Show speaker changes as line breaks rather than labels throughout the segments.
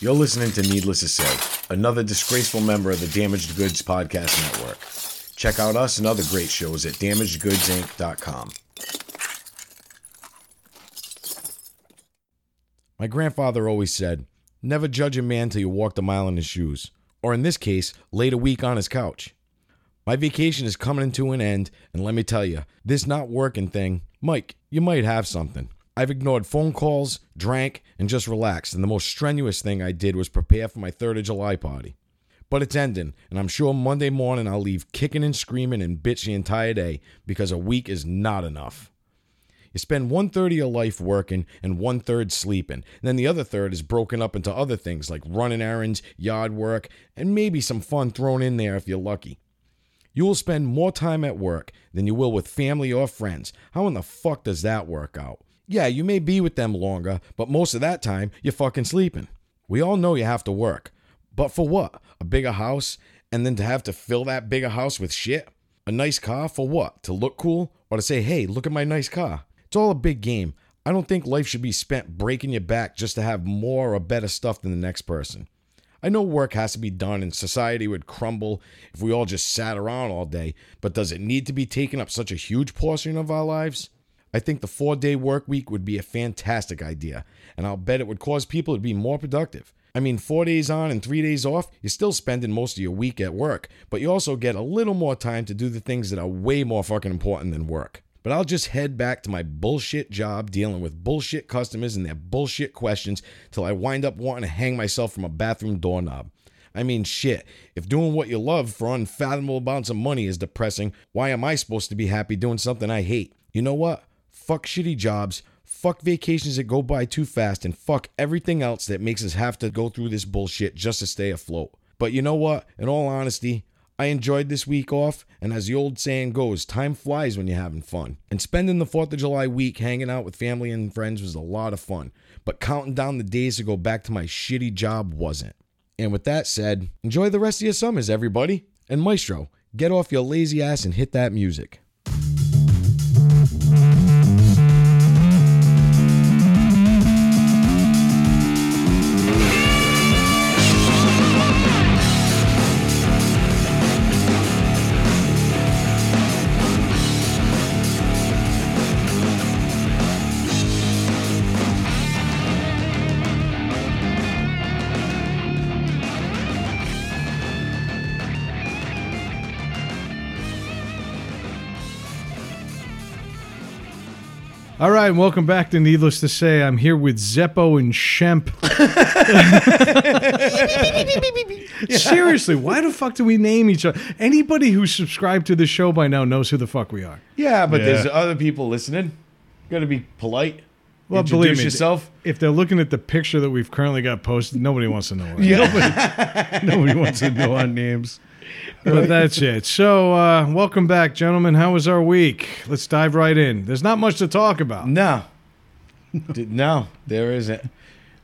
You're listening to Needless to Say, another disgraceful member of the Damaged Goods Podcast Network. Check out us and other great shows at damagedgoodsinc.com. My grandfather always said, Never judge a man till you walked a mile in his shoes, or in this case, laid a week on his couch. My vacation is coming to an end, and let me tell you, this not working thing, Mike, you might have something. I've ignored phone calls, drank, and just relaxed, and the most strenuous thing I did was prepare for my 3rd of July party. But it's ending, and I'm sure Monday morning I'll leave kicking and screaming and bitch the entire day because a week is not enough. You spend one third of your life working and one third sleeping. And then the other third is broken up into other things like running errands, yard work, and maybe some fun thrown in there if you're lucky. You will spend more time at work than you will with family or friends. How in the fuck does that work out? Yeah, you may be with them longer, but most of that time you're fucking sleeping. We all know you have to work. But for what? A bigger house? And then to have to fill that bigger house with shit? A nice car for what? To look cool? Or to say, hey, look at my nice car? It's all a big game. I don't think life should be spent breaking your back just to have more or better stuff than the next person. I know work has to be done and society would crumble if we all just sat around all day, but does it need to be taking up such a huge portion of our lives? I think the four day work week would be a fantastic idea, and I'll bet it would cause people to be more productive. I mean, four days on and three days off, you're still spending most of your week at work, but you also get a little more time to do the things that are way more fucking important than work. But I'll just head back to my bullshit job dealing with bullshit customers and their bullshit questions till I wind up wanting to hang myself from a bathroom doorknob. I mean, shit, if doing what you love for unfathomable amounts of money is depressing, why am I supposed to be happy doing something I hate? You know what? Fuck shitty jobs, fuck vacations that go by too fast, and fuck everything else that makes us have to go through this bullshit just to stay afloat. But you know what? In all honesty, I enjoyed this week off, and as the old saying goes, time flies when you're having fun. And spending the 4th of July week hanging out with family and friends was a lot of fun, but counting down the days to go back to my shitty job wasn't. And with that said, enjoy the rest of your summers, everybody. And Maestro, get off your lazy ass and hit that music.
All right, and welcome back to Needless to Say. I'm here with Zeppo and Shemp. Seriously, why the fuck do we name each other? Anybody who's subscribed to this show by now knows who the fuck we are.
Yeah, but
there's
other people listening. Gotta be polite.
Well, believe me, If they're looking at the picture that we've currently got posted, nobody wants to know. Our nobody, nobody wants to know our names. But that's it. So, uh, welcome back, gentlemen. How was our week? Let's dive right in. There's not much to talk about.
No. D- no, there isn't.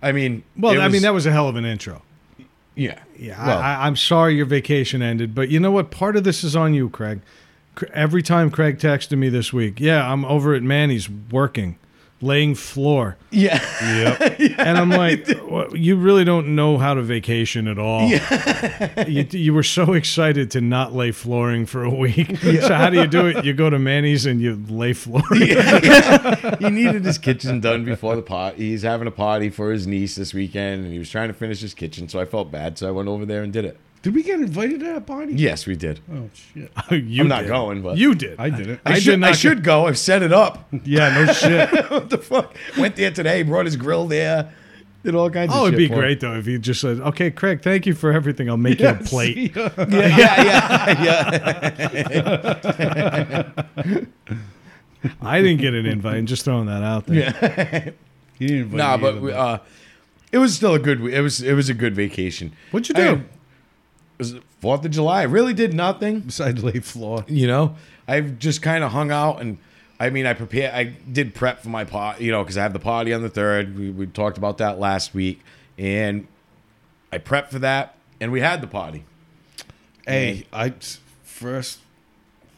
I mean,
Well,
it
I
was-
mean, that was a hell of an intro.
yeah,
Yeah,
Well,
I, I, I'm sorry your vacation ended, but you know what? Part of this is on you, Craig. C- Every time Craig texted me this week, yeah, I'm over at Manny's working, laying floor,
yeah,
and I'm like, "What- you really don't know how to vacation at all. you, you were so excited to not lay flooring for a week. So how do you do it? You go to Manny's and you lay flooring.
he needed his kitchen done before the pot. He's having a party for his niece this weekend, and he was trying to finish his kitchen, so I felt bad, so I went over there and did it.
Did we get invited to that party?
Yes, we did.
Oh shit!
you
I'm not
did.
going, but-
you did.
I did it.
I,
I,
did
should,
not
I
get-
should go. I've set it up.
Yeah, no shit.
what the fuck? Went there today. Brought his grill there. Did all kinds. of
Oh, it'd
shit
be
for him.
great though if you just said, "Okay, Craig, thank you for everything. I'll make you a plate."
Yeah, yeah, yeah.
I didn't get an invite. I'm just throwing that out there.
He didn't invite
nah,
me
but
either,
we, uh, it was still a good. It was it was a good vacation.
What'd you
I-
do?
it was Fourth of July. I really did nothing.
besides lay floor,
you know i've just kind of hung out and i mean i prepare i did prep for my pot you know because i have the party on the third we, we talked about that last week and i prepped for that and we had the party
hey, I first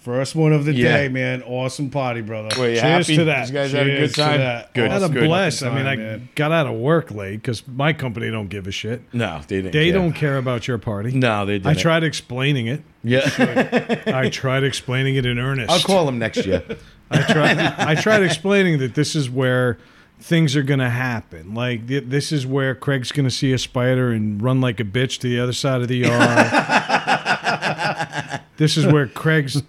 First one of the
Yeah.
day, man. Awesome party, brother.
Were you
Cheers
happy?
to that.
These guys had a
Cheers
good
to
time.
that. Oh,
Good.
I had a
good.
blast. I
Fucking
mean, I
time, man.
got out of work late because my company don't give a shit.
No, they didn't.
They
care.
don't care about your party.
No, they didn't.
I tried explaining it.
Yeah,
I tried explaining it in earnest.
I'll call him next year.
I tried. I tried explaining that this is where things are going to happen. Like th- this is where Craig's going to see a spider and run like a bitch to the other side of the yard. this is where Craig's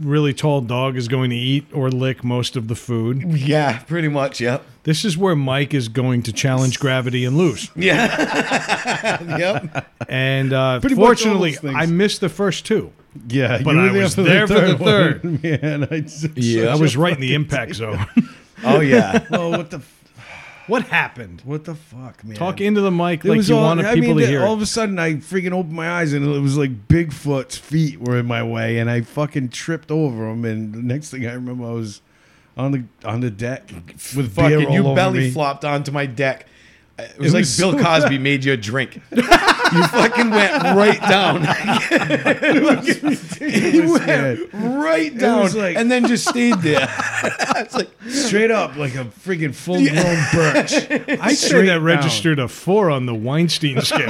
really tall dog is going to eat or lick most of the food.
yeah, pretty much. Yep.
This is where Mike is going to challenge gravity and lose.
Yep.
And uh,
Pretty much all
fortunately,
those things.
I missed the first two.
Yeah,
But I was there for the
one. man. I just,
Yeah.
I was right in the impact zone.
Oh yeah.
Oh, what the f-
what happened?
what the fuck, man?
Talk into the mic
It
like
was
you
all-
wanted
I
people
mean,
to
the-
hear.
All
it.
of a sudden, I freaking opened my eyes and it was like Bigfoot's feet were in my way, and I fucking tripped over him. And the next thing I remember, I was on the on the deck with beer
Fucking,
all
you
over
belly
me.
flopped onto my deck. It was
It
like
was
Bill
so
Cosby made you a drink. you fucking went right down.
It
you
was
went right
was
down,
like-
and then just stayed there. it's like
straight up like a freaking full grown birch.
I'd say
Straight
that
down.
registered a four on the Weinstein scale.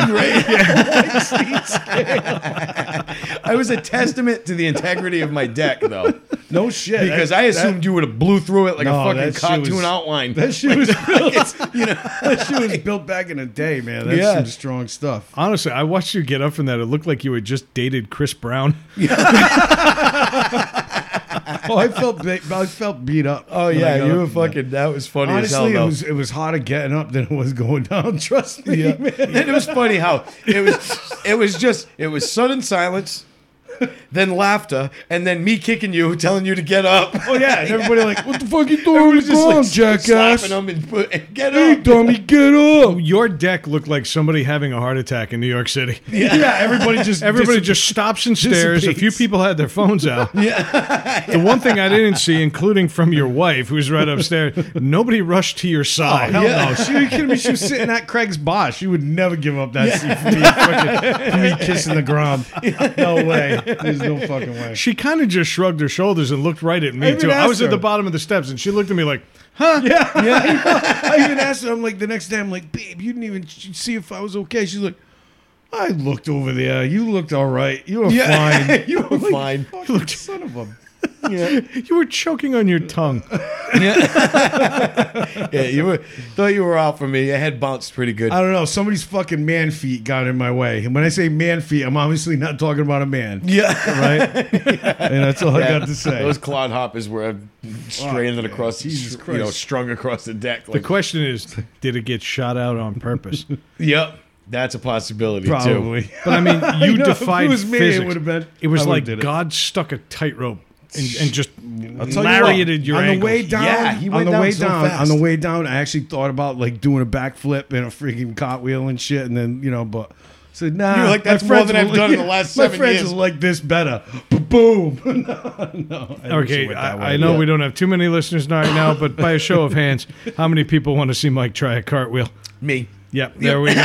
I was a testament to the integrity of my deck, though,
No shit.
because
that-
I assumed you would have blew through it like
No,
a fucking
that shit
cartoon
was-
outline.
that, that shit was built.
you know,
that shit was built back in the day, man. That's
Yeah.
some strong stuff.
Honestly, I watched you get up from that. It looked like you had just dated Chris Brown.
Oh, I felt ba- I felt beat up.
oh
when I
yeah,
got
you
up
were
from that.
fucking. That was funny as
Honestly,
hell.
it
though.
was it was harder getting up than it was going down. Trust me, man.
and it was funny how it was it was just it was sudden silence then laughter and then me kicking you telling you to get up
Oh yeah, and everybody like, what the fuck you
It
doing?
was
Just
just
wrong,
like
jackass.
slapping them and, put- and get
Hey,
up
dummy, get up.
Your deck looked like somebody having a heart attack in New York City.
Yeah, everybody just
Everybody
dis-
just stops and stares. A few
dissipates.
people had their phones out. Yeah. The one thing I didn't see, including from your wife, who's right upstairs, nobody rushed to your side.
Oh, Hell no, she you kidding me? She was sitting at Craig's bar. She would never give up that seat for me, fucking, for me kissing the ground. No way. There's no fucking way.
She kind of just shrugged her shoulders and looked right at me,
even
too. I
asked
was at
her.
the bottom of the steps, and she looked at me like,
Yeah, yeah. I even asked her. I'm like, the next day, I'm like, babe, you didn't even ch- see if I was okay. She's like, I looked over there. You looked all right. You were fine.
you were fine
Fucking son of a.
You were choking on your tongue.
yeah you were thought you were out for me your head bounced pretty good
I don't know. Somebody's fucking man feet got in my way. And when I say man feet, I'm obviously not talking about a man,
yeah
right? And that's all I got to say.
those clodhoppers were stranded across
Jesus
you know
Christ.
strung across the deck
The
like
question is, did it get shot out on purpose?
yep that's a possibility too
Probably.
But I mean, you
I know, if
defied
it was me,
physics.
It would have been.
It was
I would've
like
did it.
God stuck a tightrope and, and just
Tell you what,
lariated your
on
ankles.
the way down.
Yeah, he went
on the
down
way
so
down.
fast.
On the way down, I actually thought about like doing a backflip and a freaking cartwheel and shit, and then you know, but. I Said, nah,
You were like,
my
"That's more
friends
than I've
will-
done in the last
My
seven
friends
years."
will like this better. Boom. no, no. I wish it
Okay,
went that way.
I, I know we don't have too many listeners right now, but by a show of hands, how many people want to see Mike try a cartwheel?
me
Yep, there we go.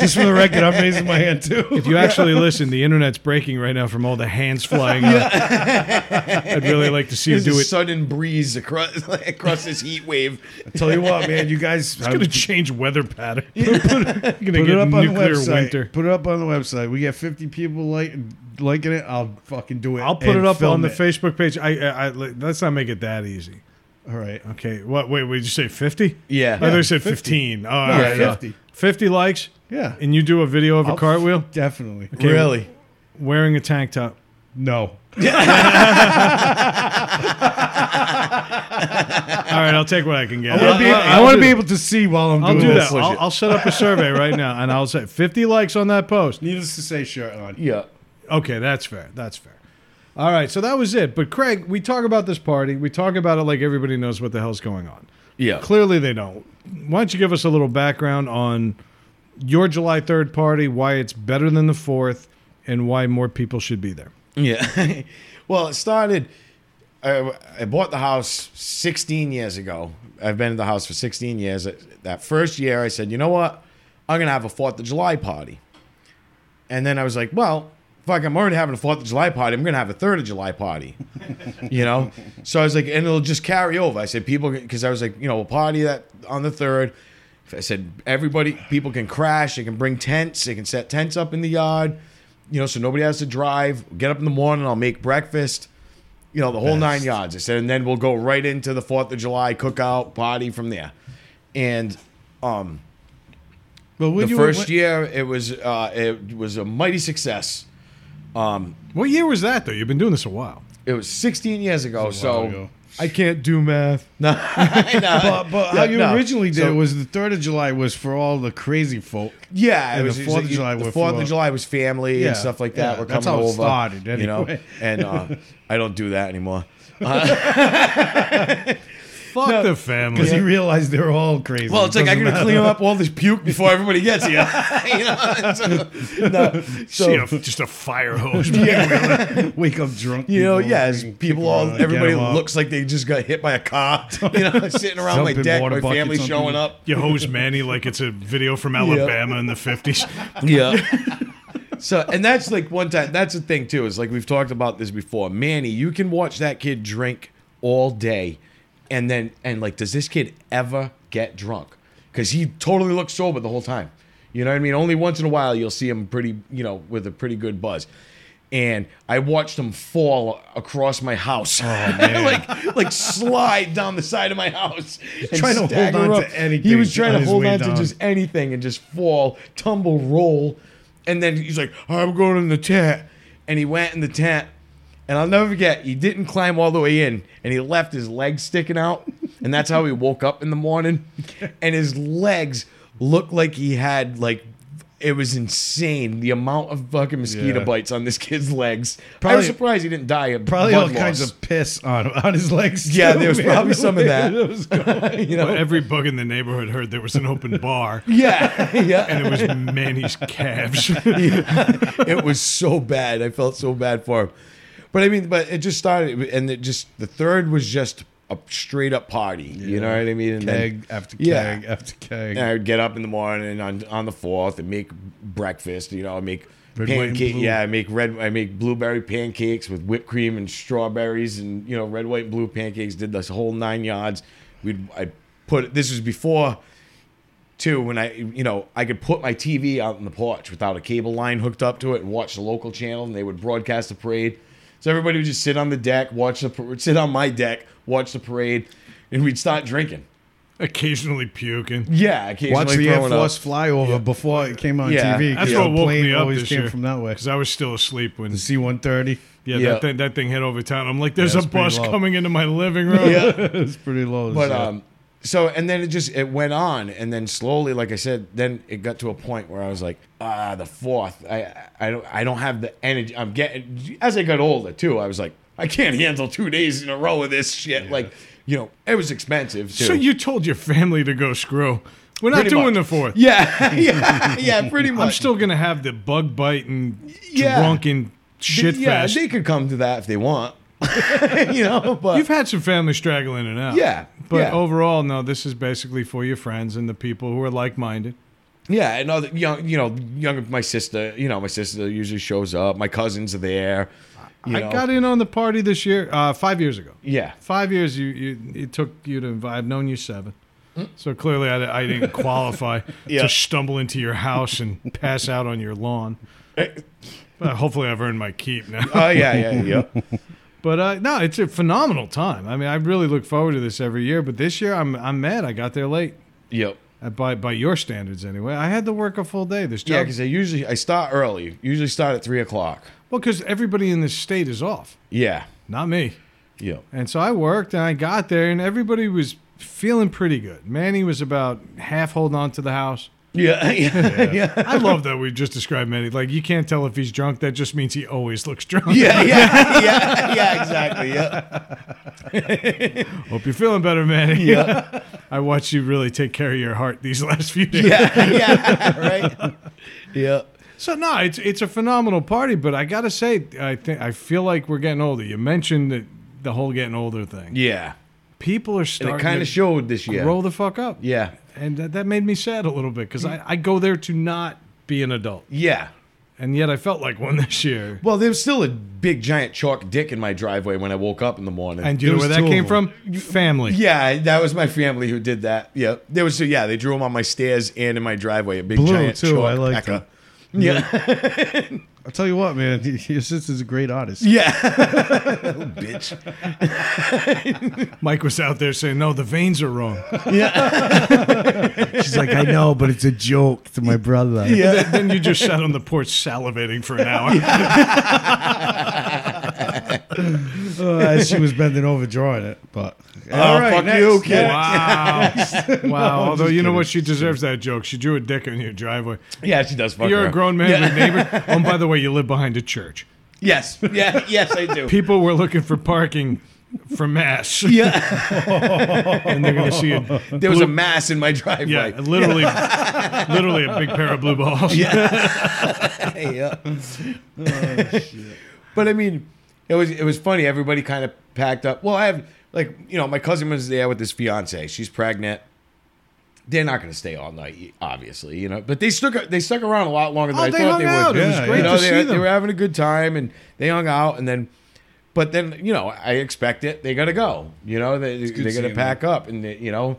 Just for the record, I'm raising my hand too.
If you actually listen, the internet's breaking right now from all the hands flying out. I'd really like to see you
There's
do
a
it.
sudden breeze across across this heat wave
Tell you what, man, you guys
It's going to change weather pattern. You're
put
going to
it
get
up on the
nuclear
website.
winter.
Put it up on the website. We get 50 people like liking it. I'll fucking do it.
I'll put
and
it up
film
on the
it.
Facebook page. I, I, I let's not make it that easy.
All right.
Okay. What? Wait. Would you say fifty?
Yeah.
I thought
Yeah,
you said fifteen. Oh, all
Yeah,
right, yeah.
50.
Fifty likes,
Yeah.
and you do a video of a
I'll-
cartwheel
Definitely.
Okay.
really
wearing a tank top.
No.
All right. I'll take what I can get.
I want to be,
I'll-
I
I'll
wanna
do
be
that.
able to see while I'm
I'll
doing
do
this.
that. I'll, I'll set up a survey right now, and I'll say fifty likes on that post.
Needless to say, shirt on.
yeah
Okay, that's fair. That's fair. All right, so that was it. But Craig, we talk about this party. We talk about it like everybody knows what the hell's going on.
yeah
Clearly, they don't. Why don't you give us a little background on your July 3rd party, why it's better than the 4th, and why more people should be there?
Yeah. well, it started. I, I bought the house 16 years ago. I've been in the house for 16 years. That first year, I said, you know what? I'm going to have a 4th of July party. And then I was like, well, fuck, I'm already having a Fourth of July party. I'm gonna have a Third of July party. you know. So I was like, and it'll just carry over. I said people because I was like, you know, we'll party that on the third. I said everybody, people can crash. They can bring tents. They can set tents up in the yard. You know, so nobody has to drive. Get up in the morning. I'll make breakfast. You know, the whole nine yards. I said, and then we'll go right into the Fourth of July cookout party from there. And um,
But
the
would you,
first
what,
year it was uh, it was a mighty success.
what year was that though? You've been doing this a while.
It was 16 years ago, so
ago.
I can't do math. No, no.
But, but how
Uh, Yeah,
you
no.
originally did
So-
it was the Third of July was for all the crazy folk.
yeah, it
and
was
the 4th of
it was-
July
The
were
Fourth
for-
of July was family
Yeah,
and stuff like
yeah,
that. We're coming
that's how it
over,
started,
you know,
anyway.
and uh, I don't do that anymore.
Fuck the family.
Because you realize they're all crazy.
Well, it's like I
Doesn't
gotta
matter.
clean up all this puke before everybody gets here. you know, so, no, so-
See, a- just a fire hose.
wake up drunk.
You know,
people,
yes,
freaking kick
people
'em
all
around, get
everybody
'em up.
looks like they just got hit by a car. You know, sitting around my
Dumping
deck,
water
my
buckets
family
on
showing
people.
up.
You hose Manny like it's a video from Alabama in the fifties.
Yeah. so, and that's like one time. That's the thing too. Is like we've talked about this before. Manny, you can watch that kid drink all day, and then and like, does this kid ever get drunk? Because he totally looks sober the whole time. You know what I mean? Only once in a while you'll see him pretty, you know, with a pretty good buzz. And I watched him fall across my house, like like slide down the side of my house, and
Trying to hold
stagger
on to
up. He
anything
was trying
on
to
his
hold
way
on to
down.
just anything and just fall, tumble, roll. And then he's like, I'm going in the tent. And he went in the tent. And I'll never forget, he didn't climb all the way in and he left his legs sticking out. And that's how he woke up in the morning. And his legs looked like he had, like, it was insane the amount of fucking mosquito
Yeah.
bites on this kid's legs. I
Probably-
was surprised he didn't die. Of
Probably all
blood
kinds
loss.
of piss on on his legs.
Yeah,
too,
there was
man.
probably some of that.
It was going.
you know.
Every bug in the neighborhood heard there was an open bar.
Yeah, yeah.
And it was Manny's calves.
it was so bad. I felt so bad for him. But I mean, but it just started, and it just the third was just a straight up party. You know what I mean? And
keg after keg
Yeah.
after keg.
then I would get up in the morning on on the fourth and make breakfast. You know, I make
Red, white, and
pancake.
blue.
Yeah, I make red. I make blueberry pancakes with whipped cream and strawberries, and you know, red, white, and blue pancakes. Did this whole nine yards. We'd I put this was before too when I you know I could put my TV out on the porch without a cable line hooked up to it and watch the local channel and they would broadcast the parade. So everybody would just sit on the deck, watch the par- sit on my deck, watch the parade, and we'd start drinking.
Occasionally puking.
Yeah, occasionally
Watch the Air
throwing up.
Force fly over before it came on
Yeah.
TV. 'cause
That's
the
what woke
plane
me up
always
this
came
year.
from that way.
Because I was still asleep when
C one thirty.
yeah,
Yeah.
That, thing, that thing hit over town. I'm like, there's
Yeah,
a
it's pretty
bus
low.
coming into my living room.
Yeah.
It's pretty low.
But
so-
um, so and then it just it went on, and then slowly, like I said, then it got to a point where I was like, ah, the fourth. I I don't I don't have the energy. I'm getting as I got older too. I was like, I can't handle two days in a row of this shit. Like, you know, it was expensive too.
So you told your family to go screw. We're not
Pretty
doing
much.
the fourth.
yeah, yeah, yeah, pretty much.
I'm still gonna have the bug bite and
Yeah.
drunken shit
yeah,
fest.
they could come to that if they want. you know, but
You've had some family straggle in and out.
Yeah,
But
yeah.
overall, no, this is basically for your friends and the people who are like minded.
Yeah, and other young, you know, younger. My sister, you know, my sister usually shows up. My cousins are there. You
I
know.
got in on the party this year, uh, five years ago.
Yeah,
Five years you, you it took you to invite. I've known you seven. So clearly I, I didn't qualify
Hmm? Yeah.
to stumble into your house and pass out on your lawn. But hopefully I've earned my keep now.
oh yeah, yeah, yeah.
But uh, no, it's a phenomenal time. I mean, I really look forward to this every year. But this year, I'm I'm mad. I got there late
Yep.
uh, by by your standards anyway. I had to work a full day. This
Yeah,
job,
because I usually I start early. Usually start at three o'clock.
well, because everybody in this state is off,
Yeah.
not me.
Yep.
And so I worked and I got there, and everybody was feeling pretty good. Manny was about half holding on to the house.
Yeah. Yeah. Yeah.
I love that we just described Manny. Like you can't tell if he's drunk. That just means he always looks drunk.
Yeah. Yeah. Yeah. yeah exactly. Yeah.
Hope you're feeling better, Manny.
Yeah.
I watched you really take care of your heart these last few days.
Yeah. Yeah. Right. Yeah.
So no, it's it's a phenomenal party, but I gotta say, I think I feel like we're getting older. You mentioned that the whole getting older thing.
Yeah.
People are
And it
starting
kind
to
of showed this year.
grow the fuck up.
Yeah.
and that, that made me sad a little bit because I, I go there to not be an adult.
Yeah.
and yet I felt like one this year.
Well, there was still a big giant chalk dick in my driveway when I woke up in the morning.
And do you know
There
where that
was two of
came
them.
from? Family.
yeah, that was my family who did that. Yeah, there was yeah, they drew them on my stairs and in my driveway. A big
Blue,
giant
too.
chalk
I liked
pecker.
I'll tell you what, man, your sister's a great artist.
Yeah, Oh, bitch.
Mike was out there saying, "No, the veins are wrong."
She's like, I know, but it's a joke to my brother. Yeah.
then, then you just sat on the porch salivating for an hour.
Uh, she was bending over drawing it, but
Oh, fuck you, kid.
Wow. wow. Although, you know what? She deserves that joke. She drew a dick in your driveway.
Yeah, she does. Fuck
You're a
around.
grown man with neighbors. Oh, and by the way, you live behind a church.
Yes, yeah, yes, I do.
People were looking for parking for mass.
Yeah,
And they're going to see a,
there was a mass in my driveway.
yeah, literally, literally a big pair of blue balls.
yeah.
Oh,
But I mean, it was it was funny. Everybody kind of packed up. Well, I have like you know, my cousin was there with his fiance. She's pregnant. They're not going to stay all night, obviously, you know. But they stuck they stuck around a lot longer than
Oh,
I
they
thought
hung
they would.
out. It
was great
you know,
to
they,
see
they
them.
were having a good time and they hung out and then. But then you know, I expect it. They got to go. You know, they they got to
seeing
pack up and they, you know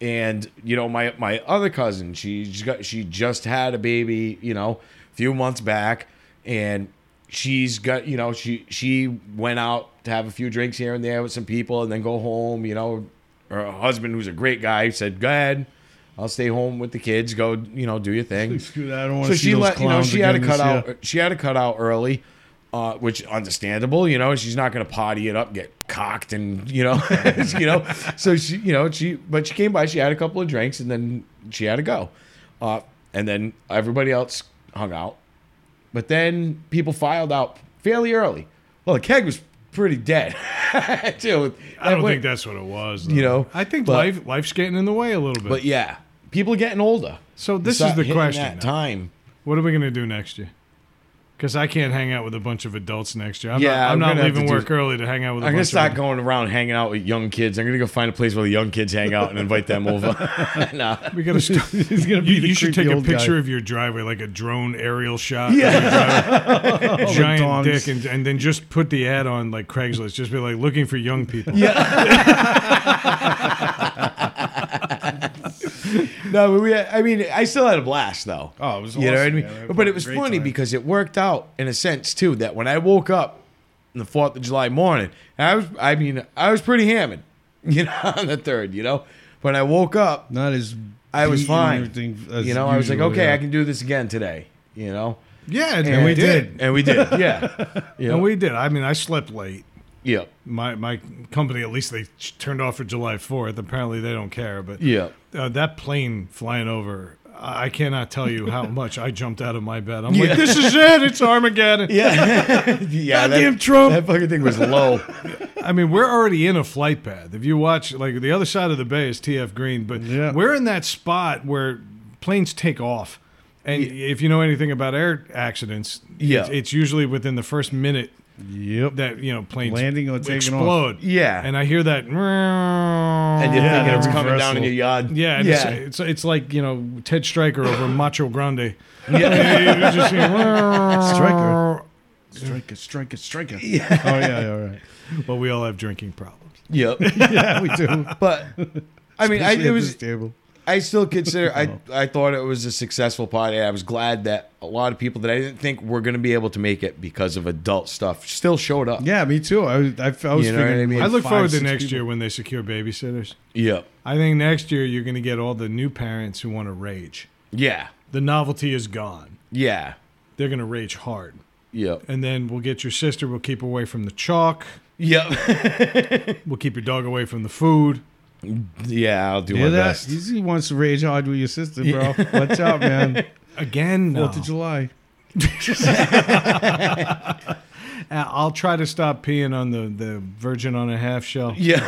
and you know my my other cousin she just got she just had a baby you know a few months back and she's got you know she she went out to have a few drinks here and there with some people and then go home you know her husband who's a great guy said go ahead i'll stay home with the kids go you know do your thing
I don't want
so
to see
she
those
let you know
Oh, clowns
she had to
again
cut
this
out uh,
year.
she had to cut out early uh, which understandable you know she's not going to potty it up get cocked and you know you know so she you know she but she came by she had a couple of drinks and then she had to go uh, and then everybody else hung out but then people filed out fairly early well the keg was pretty dead too
I don't
That
think
went-
that's what it was.
You
though.
know,
I think
but-
life life's getting in the way a little bit.
but yeah people are getting older
so
You
this
start
is the
hitting
question.
that time
What are we going to do next year? Because I can't hang out with a bunch of adults next year. I'm
Yeah,
not, I'm
I'm
not
gonna have
leaving
to do-
work early to hang out with. a
I'm gonna
bunch
start
of
going around hanging out with young kids. I'm gonna go find a place where the young kids hang out and invite them over. nah.
We got to start.
He's gonna be
You,
the
you should
creepy
take a
old guy.
picture of your driveway, like a drone aerial shot. Yeah. giant
dongs.
dick, and, and then just put the ad on like Craigslist. Just be like looking for young people. Yeah.
No, but we. I mean, I still had a blast though.
Oh, it was
You know what I
awesome,
mean?
man. I had
but
a
it was
great
funny
time.
because it worked out in a sense too that when I woke up on the Fourth of July morning, I was. I mean, I was pretty hammered. You know, on the third. You know, when I woke up,
Not as
I was
beaten and
fine.
everything as
you know, I was like,
usual,
okay,
yeah.
I can do this again today. You know,
and,
And
we
we
did.
and we did. Yeah. Yeah.
And we did. I mean, I slept late.
yeah.
My my company, at least they ch- turned off for July 4th. Apparently, they don't care. But
Yeah.
uh, that plane flying over. I I cannot tell you how much I jumped out of my bed. I'm like, this is it. It's Armageddon.
Yeah. yeah.
Goddamn
that,
Trump.
That fucking thing was low.
I mean, we're already in a flight path. If you watch, like, the other side of the bay is TF Green, but
Yeah.
we're in that spot where planes take off. And if you know anything about air accidents,
Yeah.
it's, it's usually within the first minute
Yep.
that, you know, planes
Landing or taking off.
explode.
Yeah.
And I hear that. And
and you're
Yeah,
thinking it's
the
coming down
reversal.
in your yard.
Yeah, and
yeah.
It's, it's it's like you know Ted Stryker over Macho Grande. Yeah, You're just hearing,
Uh,
Stryker. Striker, striker, striker. Yeah. Oh yeah, yeah, all right.
But we all have drinking problems.
Yep.
Yeah, we do.
but I mean, I,
Especially
it
at
was.
this table.
I still consider. I I thought it was a successful party. I was glad that a lot of people that I didn't think were going to be able to make it because of adult stuff still showed up.
Yeah, me too. I was, I, f- I was
You know what
thinking.
I mean?
like
I look
five,
forward to
six
next
people.
year when they secure babysitters.
Yep.
I think next year you're going to get all the new parents who want to rage.
Yeah.
The novelty is gone.
Yeah.
They're going to rage hard.
Yep.
And then we'll get your sister, we'll keep away from the chalk,
Yep.
we'll keep your dog away from the food.
yeah. I'll do
Hear
my
that?
best.
He's- He wants to rage hard with your sister, bro. Watch out, man.
Again, no.
Fourth of July.
I- Uh, I'll try to stop peeing on the, the virgin on a half shell.
Yeah.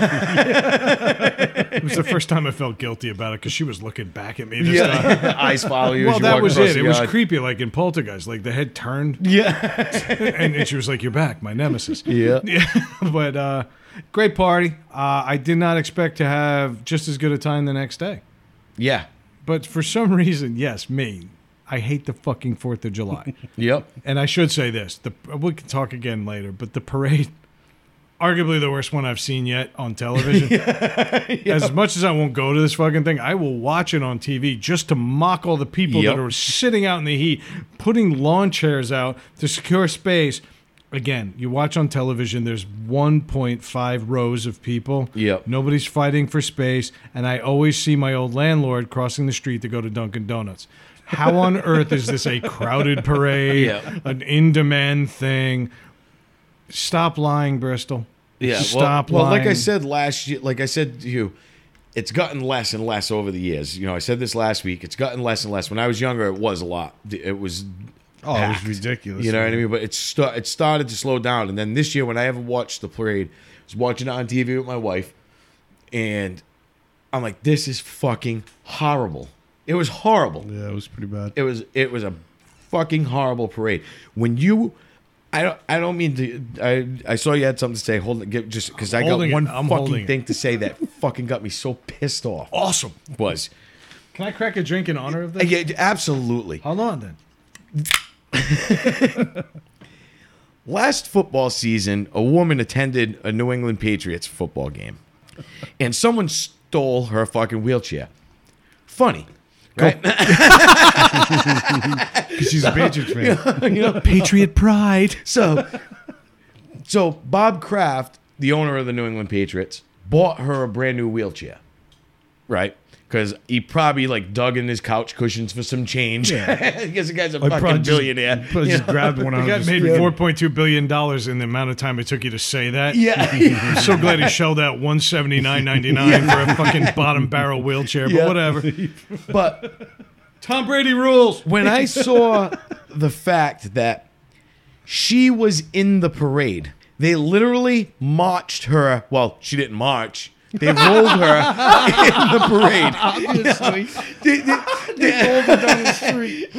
It was the first time I felt guilty about it because she was looking back at me this time.
yeah. Eyes follow you.
uh, Well,
as you
that
walk
was
across
it.
the
It was
yard.
creepy, like in Poltergeist. Like the head turned,
Yeah.
and, and she was like, "You're back, my nemesis."
Yeah.
Yeah, but uh, great party. Uh, I did not expect to have just as good a time the next day,
Yeah.
but for some reason, yes, me, I hate the fucking Fourth of July.
Yep.
and I should say this: the we can talk again later, but the parade, arguably the worst one I've seen yet on television. As much as I won't go to this fucking thing, I will watch it on TV just to mock all the people
Yep.
that are sitting out in the heat, putting lawn chairs out to secure space. Again, you watch on television, there's 1.5 rows of people.
Yep.
Nobody's fighting for space. And I always see my old landlord crossing the street to go to Dunkin' Donuts. How on earth is this a crowded parade,
Yeah.
an in demand thing? Stop lying, Bristol.
Yeah. well-
Stop
well,
lying.
like I said last year, like I said to you, it's gotten less and less over the years. You know, I said this last week. It's gotten less and less. When I was younger, it was a lot. It was
Oh, it was
packed.
ridiculous.
You know what I mean? But it sta- it started to slow down, and then this year when I haven't watched the parade, I was watching it on TV with my wife, and I'm like, this is fucking horrible. It was horrible.
Yeah, it was pretty bad.
It was it was a fucking horrible parade. When you, I don't I don't mean to. I I saw you had something to say. Hold it, get, just because I got
holding it.
one
I'm holding
fucking
it.
thing to say that fucking got me so pissed off.
Awesome.
Was
Can I crack a drink in honor of this?
yeah, absolutely.
Hold on then.
Last football season, a woman attended a New England Patriots football game, and someone stole her fucking wheelchair. Funny, right?
She's a Patriots fan.
Patriot pride.
so, so Bob Kraft, the owner of the New England Patriots, bought her a brand new wheelchair, right? Because he probably like dug in his couch cushions for some change. Because the guy's a
probably
fucking
just-
billionaire.
Probably
you
just
know?
grabbed one out
I
of
got
his-
made $4.2 billion dollars in the amount of time it took you to say that.
yeah.
I'm so glad he shelled out 179.99 for a fucking bottom barrel wheelchair, but
Yeah.
whatever.
but
Tom Brady rules.
when I saw the fact that she was in the parade, they literally marched her. Well, she didn't march. They rolled her in the parade. They- they- they- she,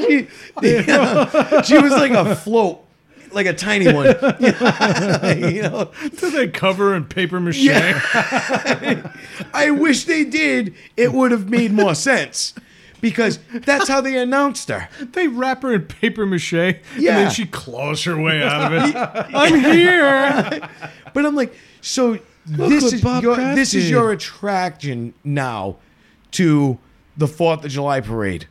she was like a float, like a tiny one. you know,
Did they cover in paper mache?
I wish they did. It would have made more sense because that's how they announced her.
They wrap her in paper mache, and
Yeah.
then she claws her way out of it. I'm here.
But I'm like, so this
what
is
Bob
your
Kraft
this is
did.
your attraction now to the Fourth of July parade.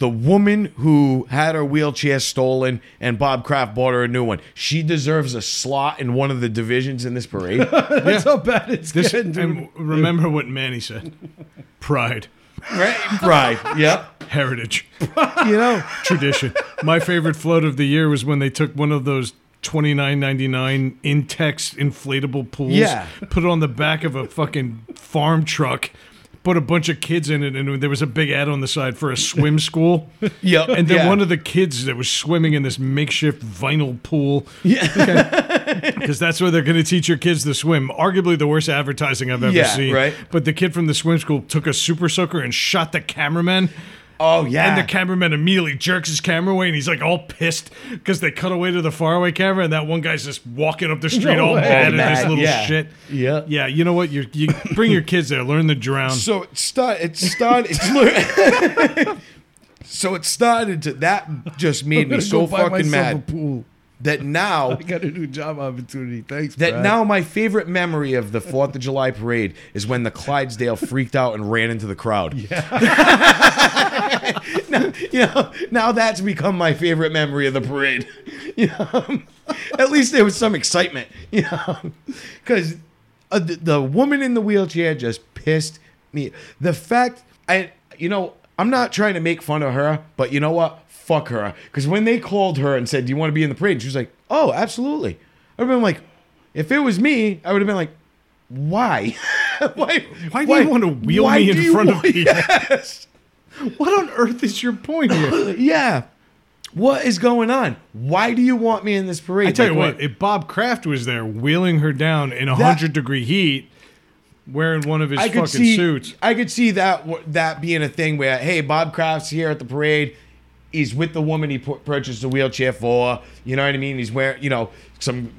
The woman who had her wheelchair stolen and Bob Kraft bought her a new one. She deserves a slot in one of the divisions in this parade.
That's how bad it's
This,
getting.
and remember what Manny said: pride,
right? Right. Yep.
heritage,
You know.
tradition. My favorite float of the year was when they took one of those. Twenty nine ninety nine Intex inflatable pools.
Yeah.
Put it on the back of a fucking farm truck. Put a bunch of kids in it, and there was a big ad on the side for a swim school.
Yep.
And then
yeah.
one of the kids that was swimming in this makeshift vinyl pool. Yeah. Because that's where they're going to teach your kids to swim. Arguably the worst advertising I've ever
Yeah,
seen.
right.
But the kid from the swim school took a super soaker and shot the cameraman.
oh yeah.
And the cameraman immediately jerks his camera away and he's like all pissed because they cut away to the faraway camera and that one guy's just walking up the street all mad at this
Mad,
little
yeah.
shit.
Yeah.
Yeah, you know what? You you bring your kids there, learn the drown.
So it started. It started. It's li- so it started to that just made me
Go
so
buy
fucking
myself
mad
A pool.
that now
I got a new job opportunity. Thanks.
That
Brad.
now my favorite memory of the Fourth of July parade is when the Clydesdale freaked out and ran into the crowd. Yeah. now, you know, now that's become my favorite memory of the parade. You know, at least there was some excitement. You know, because uh, the, the woman in the wheelchair just pissed me. The fact I, you know, I'm not trying to make fun of her, but you know what? Fuck her. Because when they called her and said, "Do you want to be in the parade?" she was like, "Oh, absolutely." I've been like, if it was me, I would have been like, why? why?
Why do you want to wheel
why
me
do
in
you
front of
want-
people?
Yes.
What on earth is your point here?
Yeah. What is going on? Why do you want me in this parade?
I tell you what, if Bob Kraft was there wheeling her down in a
That-
hundred degree heat, wearing one of his
I
fucking
could see.
suits,
I could see that w- that being a thing where, hey, Bob Kraft's here at the parade. He's with the woman he pu- purchased the wheelchair for. You know what I mean? He's wearing, you know, some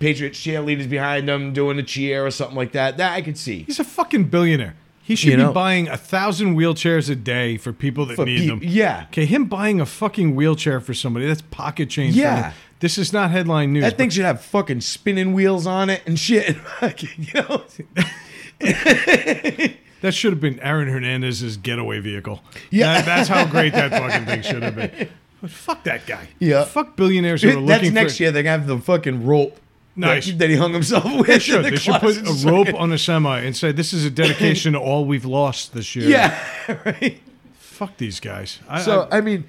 Patriot cheerleaders behind him doing a cheer or something like that. That I could see.
he's a fucking billionaire. He should
You
be
know-
buying a thousand wheelchairs a day for people that
For
need
peop-
them.
yeah.
Okay, him buying a fucking wheelchair for somebody, that's pocket change. for
Yeah.
me. This is not headline news.
That
but
thing should have fucking spinning wheels on it and shit. you know?
that should have been Aaron Hernandez's getaway vehicle. Yeah. that's how great that fucking thing should have been. But fuck that guy.
Yeah.
Fuck billionaires who are
That's
looking
next
for
year. They are gonna have the fucking rope
Nice.
that, that he hung himself with.
They should.
in the
They should put
closet.
a rope on a semi and say, "This is a dedication to all we've lost this year."
Yeah, right.
Fuck these guys. I,
So
I,
I mean,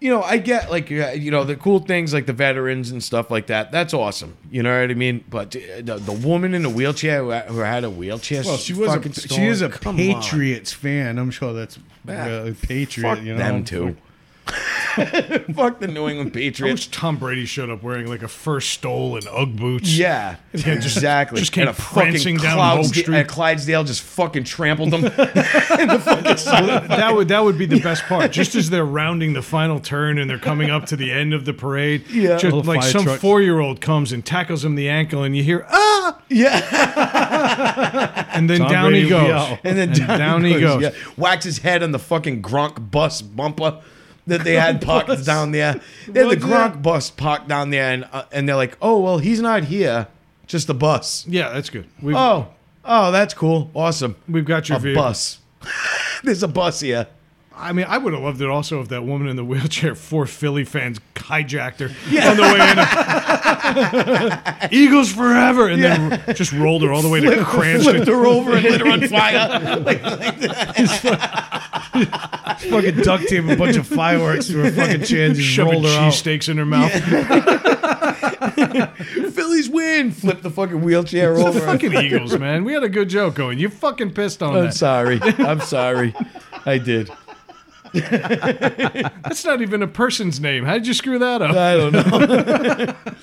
you know, I get like uh, you know the cool things like the veterans and stuff like that. That's awesome. You know what I mean? But uh, the, the woman in the wheelchair who, who had a wheelchair.
Well, she was
fucking
a, she is a
stolen. Come on.
Patriots fan. I'm sure that's uh, Patriot.
Fuck
you know,
them too. Fuck the New England Patriots.
wish Tom Brady showed up wearing like a fur stole and UGG boots.
Yeah, exactly.
just came
and a fucking
prancing down Hope
Clouds-
Street.
and Clydesdale just fucking trampled them.
Well, that would that would be the best part. Just as they're rounding the final turn and they're coming up to the end of the parade, yeah. just
Little
like
fire
some
trucks.
four year old comes and tackles him the ankle, and you hear ah,
yeah,
and then
Tom
down he
Brady will be
goes,
out.
and then down,
down he goes.
Yeah. Whacks his head on the fucking Gronk bus bumper that they had parked down there. They had the
What's
Gronk
that?
bus parked down there, and uh, and they're like, oh well, he's not here, just the bus.
Yeah, that's good. We've,
Oh, oh, that's cool, awesome.
we've got your
a
vehicle.
bus. There's a bus here.
I mean, I would have loved it also if that woman in the wheelchair, four Philly fans hijacked her on the way in. Eagles forever, and then just rolled her all the way to Cranston.
Flipped her over and lit her on fire.
Fucking duct tape a bunch of fireworks to her fucking chin, just
Shoving
rolled her out.
cheesesteaks in her mouth.
Phillies win. Flip the fucking wheelchair over.
Fucking Eagles, man. We had a good joke going. You fucking pissed on
I'm
that.
sorry. I'm sorry. I did.
That's not even a person's name. How did you screw that up?
I don't know.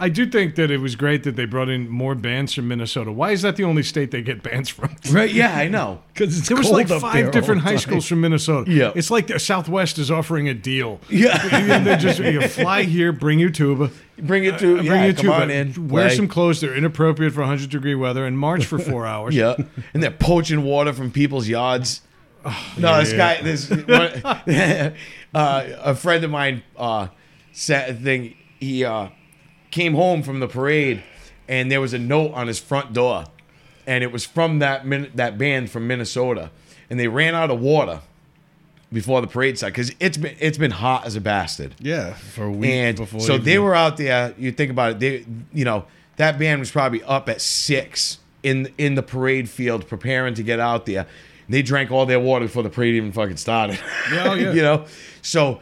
I do think that it was great that they brought in more bands from Minnesota. Why is that the only state they get bands from?
Right? Yeah, I know.
Because it's
There was
cold
like
up there
five
all
different
the
high
time.
schools from Minnesota.
Yeah.
It's like the Southwest is offering a deal.
Yeah.
And they just you fly here, bring your tuba,
Bring it to.
bring
yeah,
your
come
tuba,
on in.
wear
play.
some clothes that are inappropriate for 100 degree weather, and march for four hours.
Yeah, and they're poaching water from people's yards. no, this guy, this one, uh, a friend of mine uh, said thing. He uh, came home from the parade, and there was a note on his front door, and it was from that min- that band from Minnesota, and they ran out of water before the parade started because it's been it's been hot as a bastard.
Yeah, for a week
And
before.
so
even-
they were out there. You think about it. They, you know, that band was probably up at six in in the parade field preparing to get out there. They drank all their water before the parade even fucking started.
Yeah, oh, yeah.
you know, so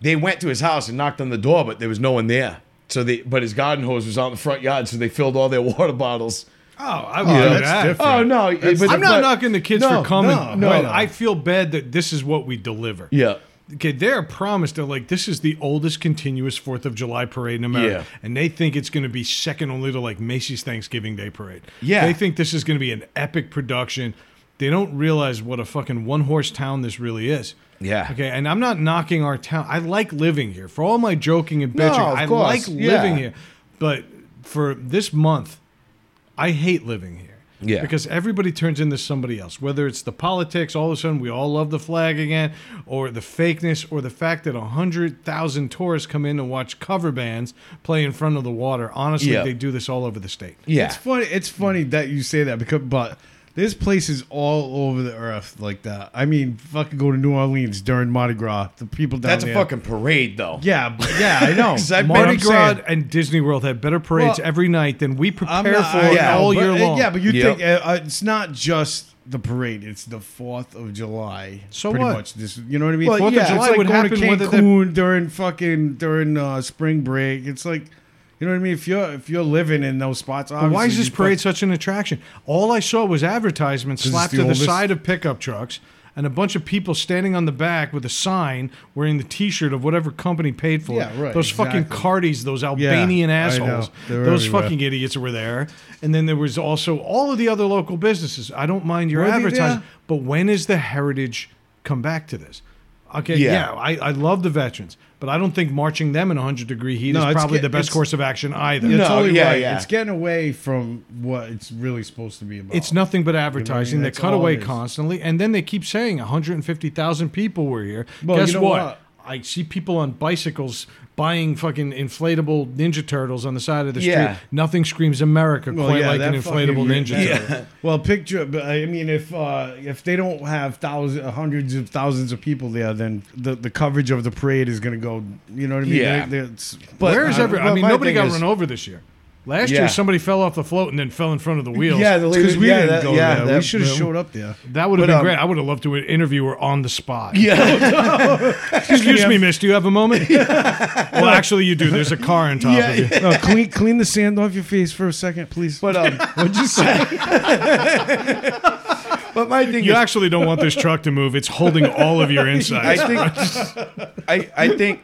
they went to his house and knocked on the door, but there was no one there. So they, but his garden hose was out in the front yard, so they filled all their water bottles.
Oh, I would do
that's
that.
different.
Oh no! but-
I'm not
but-
knocking the kids
No,
for coming,
no, no.
but I feel bad that this is what we deliver.
Yeah.
Okay, they're promised that like this is the oldest continuous Fourth of July parade in America,
Yeah.
and they think it's going to be second only to like Macy's Thanksgiving Day parade.
Yeah.
they think this is going to be an epic production. They don't realize what a fucking one horse town this really is.
Yeah.
Okay, and I'm not knocking our town. I like living here. For all my joking and bitching,
of
I like
course. Yeah.
living here. But for this month, I hate living here.
Yeah.
Because everybody turns into somebody else, whether it's the politics, all of a sudden we all love the flag again, or the fakeness, or the fact that 100,000 tourists come in and watch cover bands play in front of the water. Honestly,
Yeah.
they do this all over the state.
Yeah.
It's funny. It's funny that you say that because, but there's places all over the earth like that. I mean, fucking go to New Orleans during Mardi Gras. The people down
That's
there.
a fucking parade, though.
yeah, but- yeah. I know.
'Cause I've been-
Mardi
I'm
Gras
saying-
and Disney World had better parades
Well,
every night than we prepare
I'm not,
for
I
yeah,
know,
all
but-
year long.
Yeah, but you
Yep.
think uh, uh, it's not just the parade; it's the Fourth of July.
So
pretty
what?
much this, you know what I mean?
Well, Fourth of July
it's like
would
going
happen
to
whether they-
Cancun during fucking during uh, spring break. It's like, you know what I mean? If you're if you're living in those spots,
But Why is
obviously
this
you
parade such an attraction? All I saw was advertisements
it's
slapped
the
to the
oldest-
side of pickup trucks and a bunch of people standing on the back with a sign wearing the T-shirt of whatever company paid for it.
Yeah, right,
Those fucking
exactly.
Cardis, those Albanian
I
assholes,
know. They were
those
everywhere.
fucking idiots were there. And then there was also all of the other local businesses. I don't mind your
Were they
advertising,
there?
but when is the heritage come back to this? Okay,
Yeah.
yeah, I, I love the veterans, but I don't think marching them in 100 degree heat
No,
is
it's
probably
get-
the best
it's-
course of action either.
You're
No,
totally
yeah,
right.
yeah.
It's getting away from what it's really supposed to be about.
It's nothing but advertising. they
that's
cut
all
away
it is.
constantly, and then they keep saying 150,000 people were here.
Well,
Guess
you know
what?
what?
I see people on bicycles buying fucking inflatable Ninja Turtles on the side of the
Yeah.
street. Nothing screams America
Well,
quite
yeah,
like an
that fucking
inflatable
re-
Ninja
yeah.
Turtle.
Well, picture. But I mean, if uh, if they don't have thousands, hundreds of thousands of people there, then the, the coverage of the parade is going to go. You know what I mean?
Yeah.
They're- they're- it's-
But-
Where is
uh,
every? I
well,
mean,
my
nobody
thing
got
is-
run over this year. Last
Yeah.
year, somebody fell off the float and then fell in front of the wheels.
Yeah, the
It's
lady-
we
yeah,
didn't
that-
go
yeah,
there. we
that-
should have
no.
showed up there.
that would have
But,
been
um,
great. I would have loved to interview her on the spot.
Yeah.
Excuse me, miss. Do you have a moment? well, actually, you do. There's a car on top
Yeah,
of you.
No, clean clean the sand off your face for a second, please.
But um,
What'd you say?
but my thing
You
is,
actually don't want this truck to move. It's holding all of your
I
insides.
think, I I think,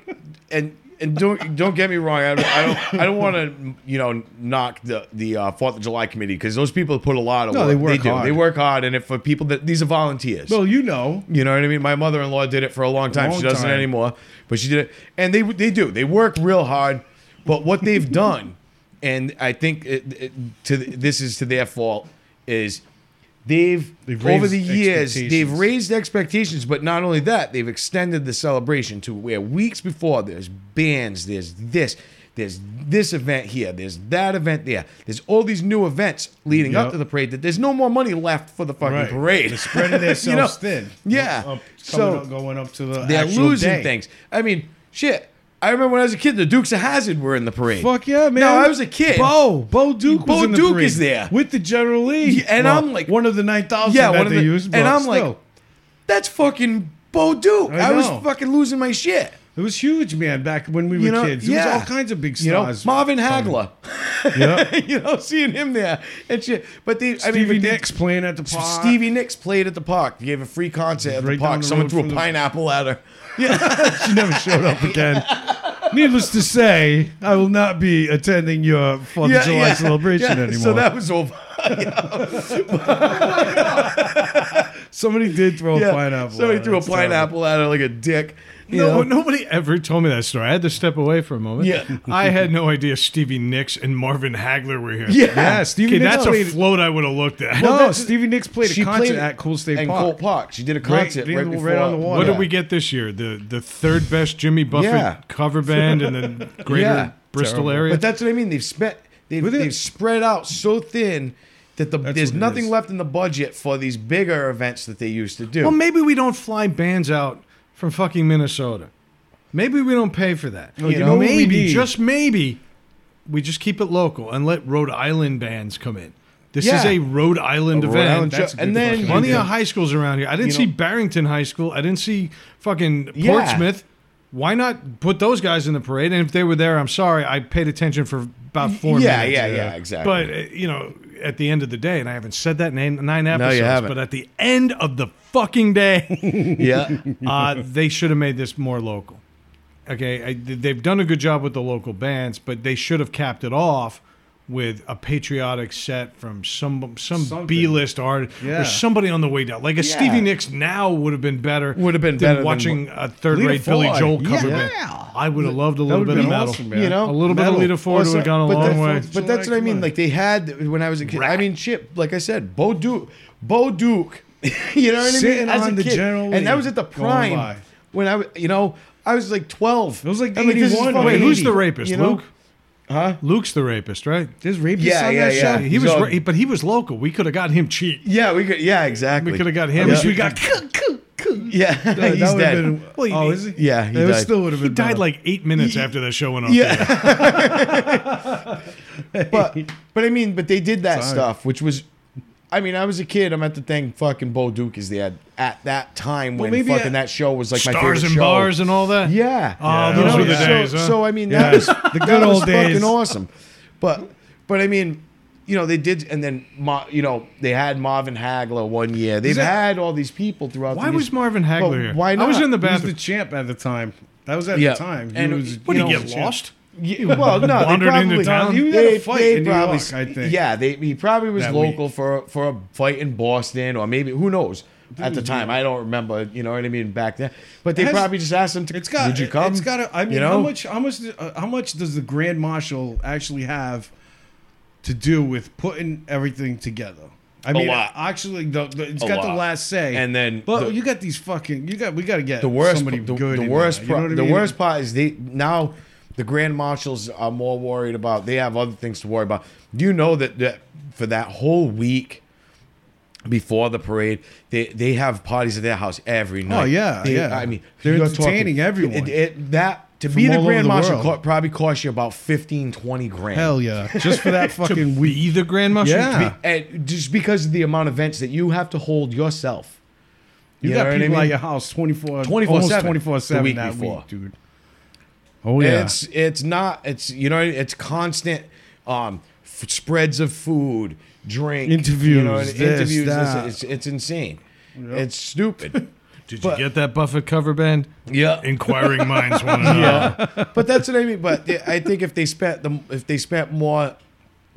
and and don't don't get me wrong. I don't I don't, I don't want to you know knock the the uh, Fourth of July committee because those people put a lot of
No,
work.
they work
do.
hard.
They work hard, and if for people that these are volunteers.
well, you know.
you know what I mean? My mother-in-law did it for a long time.
Long
she doesn't
time.
anymore, but she did it, and they they do. They work real hard, but what they've done, and I think it, it, to this is to their fault, is they've,
They've
over
raised
the years they've
expectations.
raised expectations, but not only that, they've extended the celebration to where weeks before there's bands, there's this. There's this event here. There's that event there. There's all these new events leading
Yep.
up to the parade. That there's no more money left for the fucking
Right.
parade.
They're spreading themselves
You know?
thin.
Yeah.
Up- coming
So-
up- going up to the
They're
actual
losing
day.
things. I mean, shit. I remember when I was a kid, the Dukes of Hazard were in the parade.
Fuck yeah, man!
No, I was a kid.
Bo, Bo Duke,
Bo
was in the
Duke
parade
is there.
with the General Lee,
Yeah, and I'm like-
one of the nine thousand.
Yeah,
that
one of
they
the-
used,
and
but
I'm like-
still.
That's fucking Bo Duke. I,
I
was
know.
fucking losing my shit.
it was huge, man. Back when we were
You know,
kids,
yeah.
it was all kinds of big
You know,
stars.
Marvin Hagler.
yeah.
you know, seeing him there and shit. But they, I mean,
Stevie
but they-
Nicks playing at the park.
Stevie Nicks played at the park. Gave a free concert at the
Right down
park.
the
Someone
road
threw
from
a
the-
pineapple at her.
she never showed up again. Needless to say, I will not be attending your Fourth of July celebration
yeah.
anymore.
So that was over.
somebody did throw
Yeah.
a pineapple.
Somebody
at her.
threw a
It's terrible.
pineapple at her like a dick. You
No,
know?
nobody ever told me that story. I had to step away for a moment.
Yeah.
I had no idea Stevie Nicks and Marvin Hagler were here.
Yeah.
Yeah, Stevie
Okay,
Nicks.
that's a
played-
float I would have looked at.
no,
that's-
Stevie Nicks played a concert at Cool State
and
Park.
Cool Park. She did a
Right-
concert
right
right,
on the
before.
water.
what
yeah.
did we get this year? The the third best Jimmy Buffett
Yeah.
cover band in the greater
Yeah.
Bristol
Terrible.
area.
But that's what I mean. They've spent. They've,
With it-
they've spread out so thin that the, there's
what it
nothing
is.
left in the budget for these bigger events that they used to do.
well, maybe we don't fly bands out from fucking Minnesota. Maybe we don't pay for that.
you know what we
maybe
need?
just maybe we just keep it local and let Rhode Island bands come in. This is
Yeah.
a Rhode Island
Rhode
event.
Island
that's
show.
a
and
good
then
fucking
Plenty
Yeah.
of high schools around here. I didn't
You
see
know-
Barrington High School. I didn't see fucking
Yeah.
Portsmouth. Why not put those guys in the parade? And if they were there, I'm sorry, I paid attention for about four
yeah,
minutes.
yeah, yeah, exactly.
But uh, you know, at the end of the day, and I haven't said that in eight- nine
you
episodes.
haven't.
But at the end of the fucking day,
yeah,
uh, they should have made this more local. Okay, I, they've done a good job with the local bands, but they should have capped it off with a patriotic set from some some
Something.
B list artist
Yeah.
or somebody on the way down. Like a Stevie Nicks now would have been better.
Would have been
than
better than
watching a third rate
Lita
Billy
Ford.
Joel cover
Yeah.
band. I would have loved a little
would
bit of
have been
metal.
awesome, man.
you know,
A little bit of
Metal.
Lita Ford would have gone a
but
long
that-
way.
But that's what I mean. Like they had when I was a kid. I mean, shit. Like I said, Bo Duke, Bo Duke. you know what I
Sitting
mean? As
on
a
the
kid,
General
and that
Lee
was at the
going by.
prime when I, was- you know, I was like twelve.
It was like
I'm this is
81 or
fucking
Wait, who's the
80,
rapist?
you know?
Luke?
Huh?
Luke's the rapist, right?
There's rapists
Yeah,
on
yeah,
that
yeah.
show.
He was,
So-
ra- but he was local. We could have got him cheap.
Yeah, we could. Yeah, exactly.
We could have got him.
Yeah.
We got.
Yeah,
That
he's
would've
dead.
been-
Well, he-
oh, is he?
Yeah, he
it
died.
still would have
He
been.
died
better.
like eight minutes after that show went off. the air.
Yeah. but but I mean, but they did that
Sorry.
stuff, which was. I mean, I was a kid. I'm at the thing. Fucking Bo Duke is there at that time
Well,
when
maybe
fucking
at-
that show was like my favorite
stars and
show.
bars and all that.
Yeah. Um,
Oh, those
know,
were the
yeah.
days.
so,
huh?
so, I mean,
Yeah.
that was
The
that
good
was
old days.
Fucking awesome. But but I mean, you know, they did, and then Ma, you know they had Marvin Hagler one year. They've
that-
had all these people throughout.
why
the
was
years.
Marvin Hagler
But
here?
why
I was
not?
in the
he was the
bathroom.
champ at the time. That was at
Yeah.
the time. He
And
was,
what,
Did
know,
he
the
get
champ.
lost?
Yeah, well, no,
Wandered
they probably,
into town?
You had a
They,
fight
they
in New
probably,
York, I think,
Yeah, they, he probably was
that
local
week.
for for a fight in Boston or maybe who knows. at the time. I don't remember, you know what I mean, back then. But they
It has-
probably just asked them to.
It's got.
Would you come?
It's got. to I mean,
you know?
how much? How much? Uh, how much does the grand marshal actually have to do with putting everything together? I mean,
lot.
actually, the, the, it's
A
got the
lot.
last say.
And then
but
the-
you got these fucking. You got. We got to get
the worst.
Somebody
the,
good.
the
in
worst.
there, you know
part-
what I
the
mean?
worst part is they now the grand marshals are more worried about. They have other things to worry about. Do you know that, that for that whole week before the parade, they they have parties at their house every night.
Oh, yeah,
They-
yeah.
I mean,
They're
you're talking-
entertaining everyone.
It, it- that to be
From
the
all over
grand
the
marshal
world.
co- probably costs you about 15, 20 grand.
Hell yeah! Just for that fucking week.
Be the grand marshal.
Yeah.
Be-
And just because of the amount of events that you have to hold yourself.
You,
know
got
what I
people
mean?
at your house 24,
24/7,
almost 24
the
7
week
that
before.
week, dude. Oh, yeah.
It's it's not it's you know it's constant um f- spreads of food, drink, you know,
Interviews,
and
this, that.
It's, it's insane. It's stupid.
Did you get that Buffett cover band?
yeah,
Inquiring minds want to know.
but that's what I mean. But they- I think if they spent the if they spent more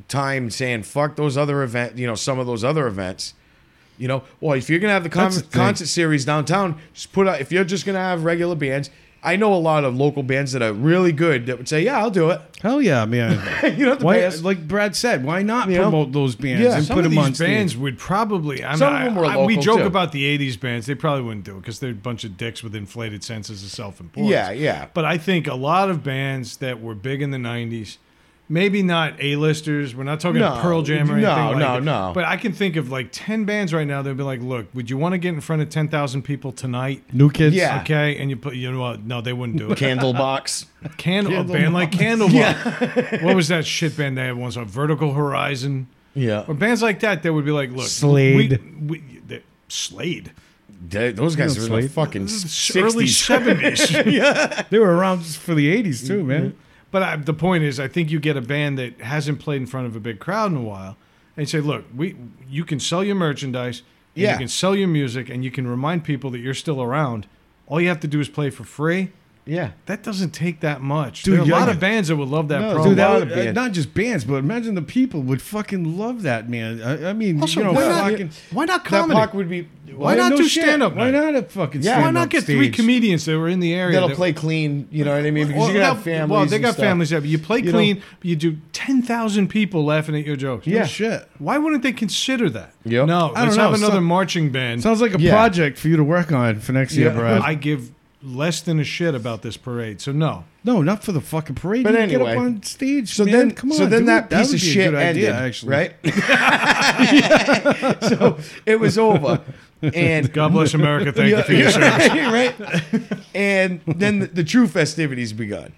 time saying fuck those other event, you know, some of those other events. You know, well, if you're gonna have the, con-
That's the thing.
concert series downtown, just put out. If you're just gonna have regular bands, I know a lot of local bands that are really good that would say, "Yeah, I'll do it."
Hell yeah, man.
you don't have to pay
why,
us.
like Brad said, why not
You know?
promote those bands
Yeah.
and
Some
put
of
them
these
on stage?
bands would probably. I mean,
Some of them were
I- I- we
local,
joke
too.
about the '80s bands; they probably wouldn't do it because they're a bunch of dicks with inflated senses of self-importance.
Yeah, yeah.
But I think a lot of bands that were big in the '90s, maybe not A-listers. We're not talking
No,
Pearl Jam or
no,
anything. like
no,
that.
no.
But I can think of like ten bands right now. They'd be like, "Look, would you want to get in front of ten thousand people tonight?"
New Kids?
Yeah.
Okay, and you put you know what? No, they wouldn't do it.
Candlebox.
Candle, a band like Candlebox. what was that shit band they had once? A Vertical Horizon.
Yeah.
Or bands like that that would be like, look,
Slade.
we, we, the, Slade,
They- those guys
know,
were in the
Slade.
fucking
early
sixties.
seventies.
They were around just for the 80s, too, man.
But I, the point is, I think you get a band that hasn't played in front of a big crowd in a while, and say, look, we you can sell your merchandise, and
Yeah.
you can sell your music, and you can remind people that you're still around. All you have to do is play for free.
Yeah,
That doesn't take that much.
Dude,
there are a
yeah.
lot of bands that would love that. promo.
Dude, that
lot of
would, uh,
bands.
not just bands, but imagine the people would fucking love that, man. I, I mean, you know,
why not-
fucking.
why not
that
comedy?
park would be.
Why
Yeah,
not
no
do
shit.
stand-up
Why
night?
not a fucking
Yeah.
stand
Why not get three comedians that were in the area
That'll
that-
play clean. You know what I mean? Because
Well,
you can have
that-
families.
Well, they
and
got
stuff.
families. Yeah, but you play
You
clean.
know?
But you do ten thousand people laughing at your jokes.
Yeah.
Yeah.
Shit.
Why wouldn't they consider that?
Yep.
No,
I
let's
don't
have
know.
another
Some-
marching band.
Sounds like a
Yeah.
project for you to work on for next year,
Yeah.
Brad.
I give less than a shit about this parade. So no.
No, not for the fucking parade.
But
You can
anyway.
get up on stage.
So
man.
then,
come on.
so then
dude.
that piece
would
of
be a
shit
good idea,
ended, right? so it was over, and
God bless America. Thank you for your service.
yeah, right. And then the, the true festivities begun.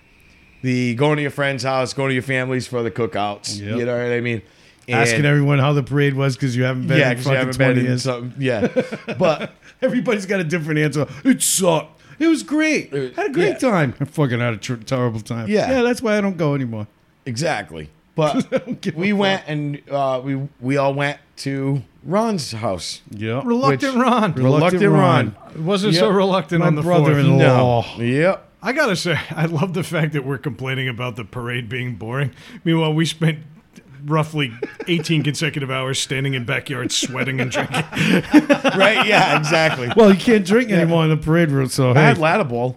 The going to your friend's house, going to your families for the cookouts.
Yep.
You know what I mean?
Asking
And-
everyone how the parade was because you haven't been
yeah,
in
'cause you
fucking
haven't been
20
in
years.
something. Yeah, but
Everybody's got a different answer. It sucked. It was great.
It-
had a great
yeah.
time. I fucking had a tr- terrible time.
Yeah.
Yeah, that's why I don't go anymore.
Exactly. But
give
we went and uh, we we all went to Ron's house.
Yeah.
Reluctant
Which-
Ron.
Reluctant Ron.
It wasn't so
Yep.
reluctant
My
on the fourth.
brother-in-law.
No.
Oh.
Yep.
I gotta say, I love the fact that we're complaining about the parade being boring. Meanwhile, we spent roughly 18 consecutive hours standing in backyards sweating and drinking.
Right. Yeah. Exactly.
Well, you can't drink anymore on the parade route, so
I
hey.
had ladder ball.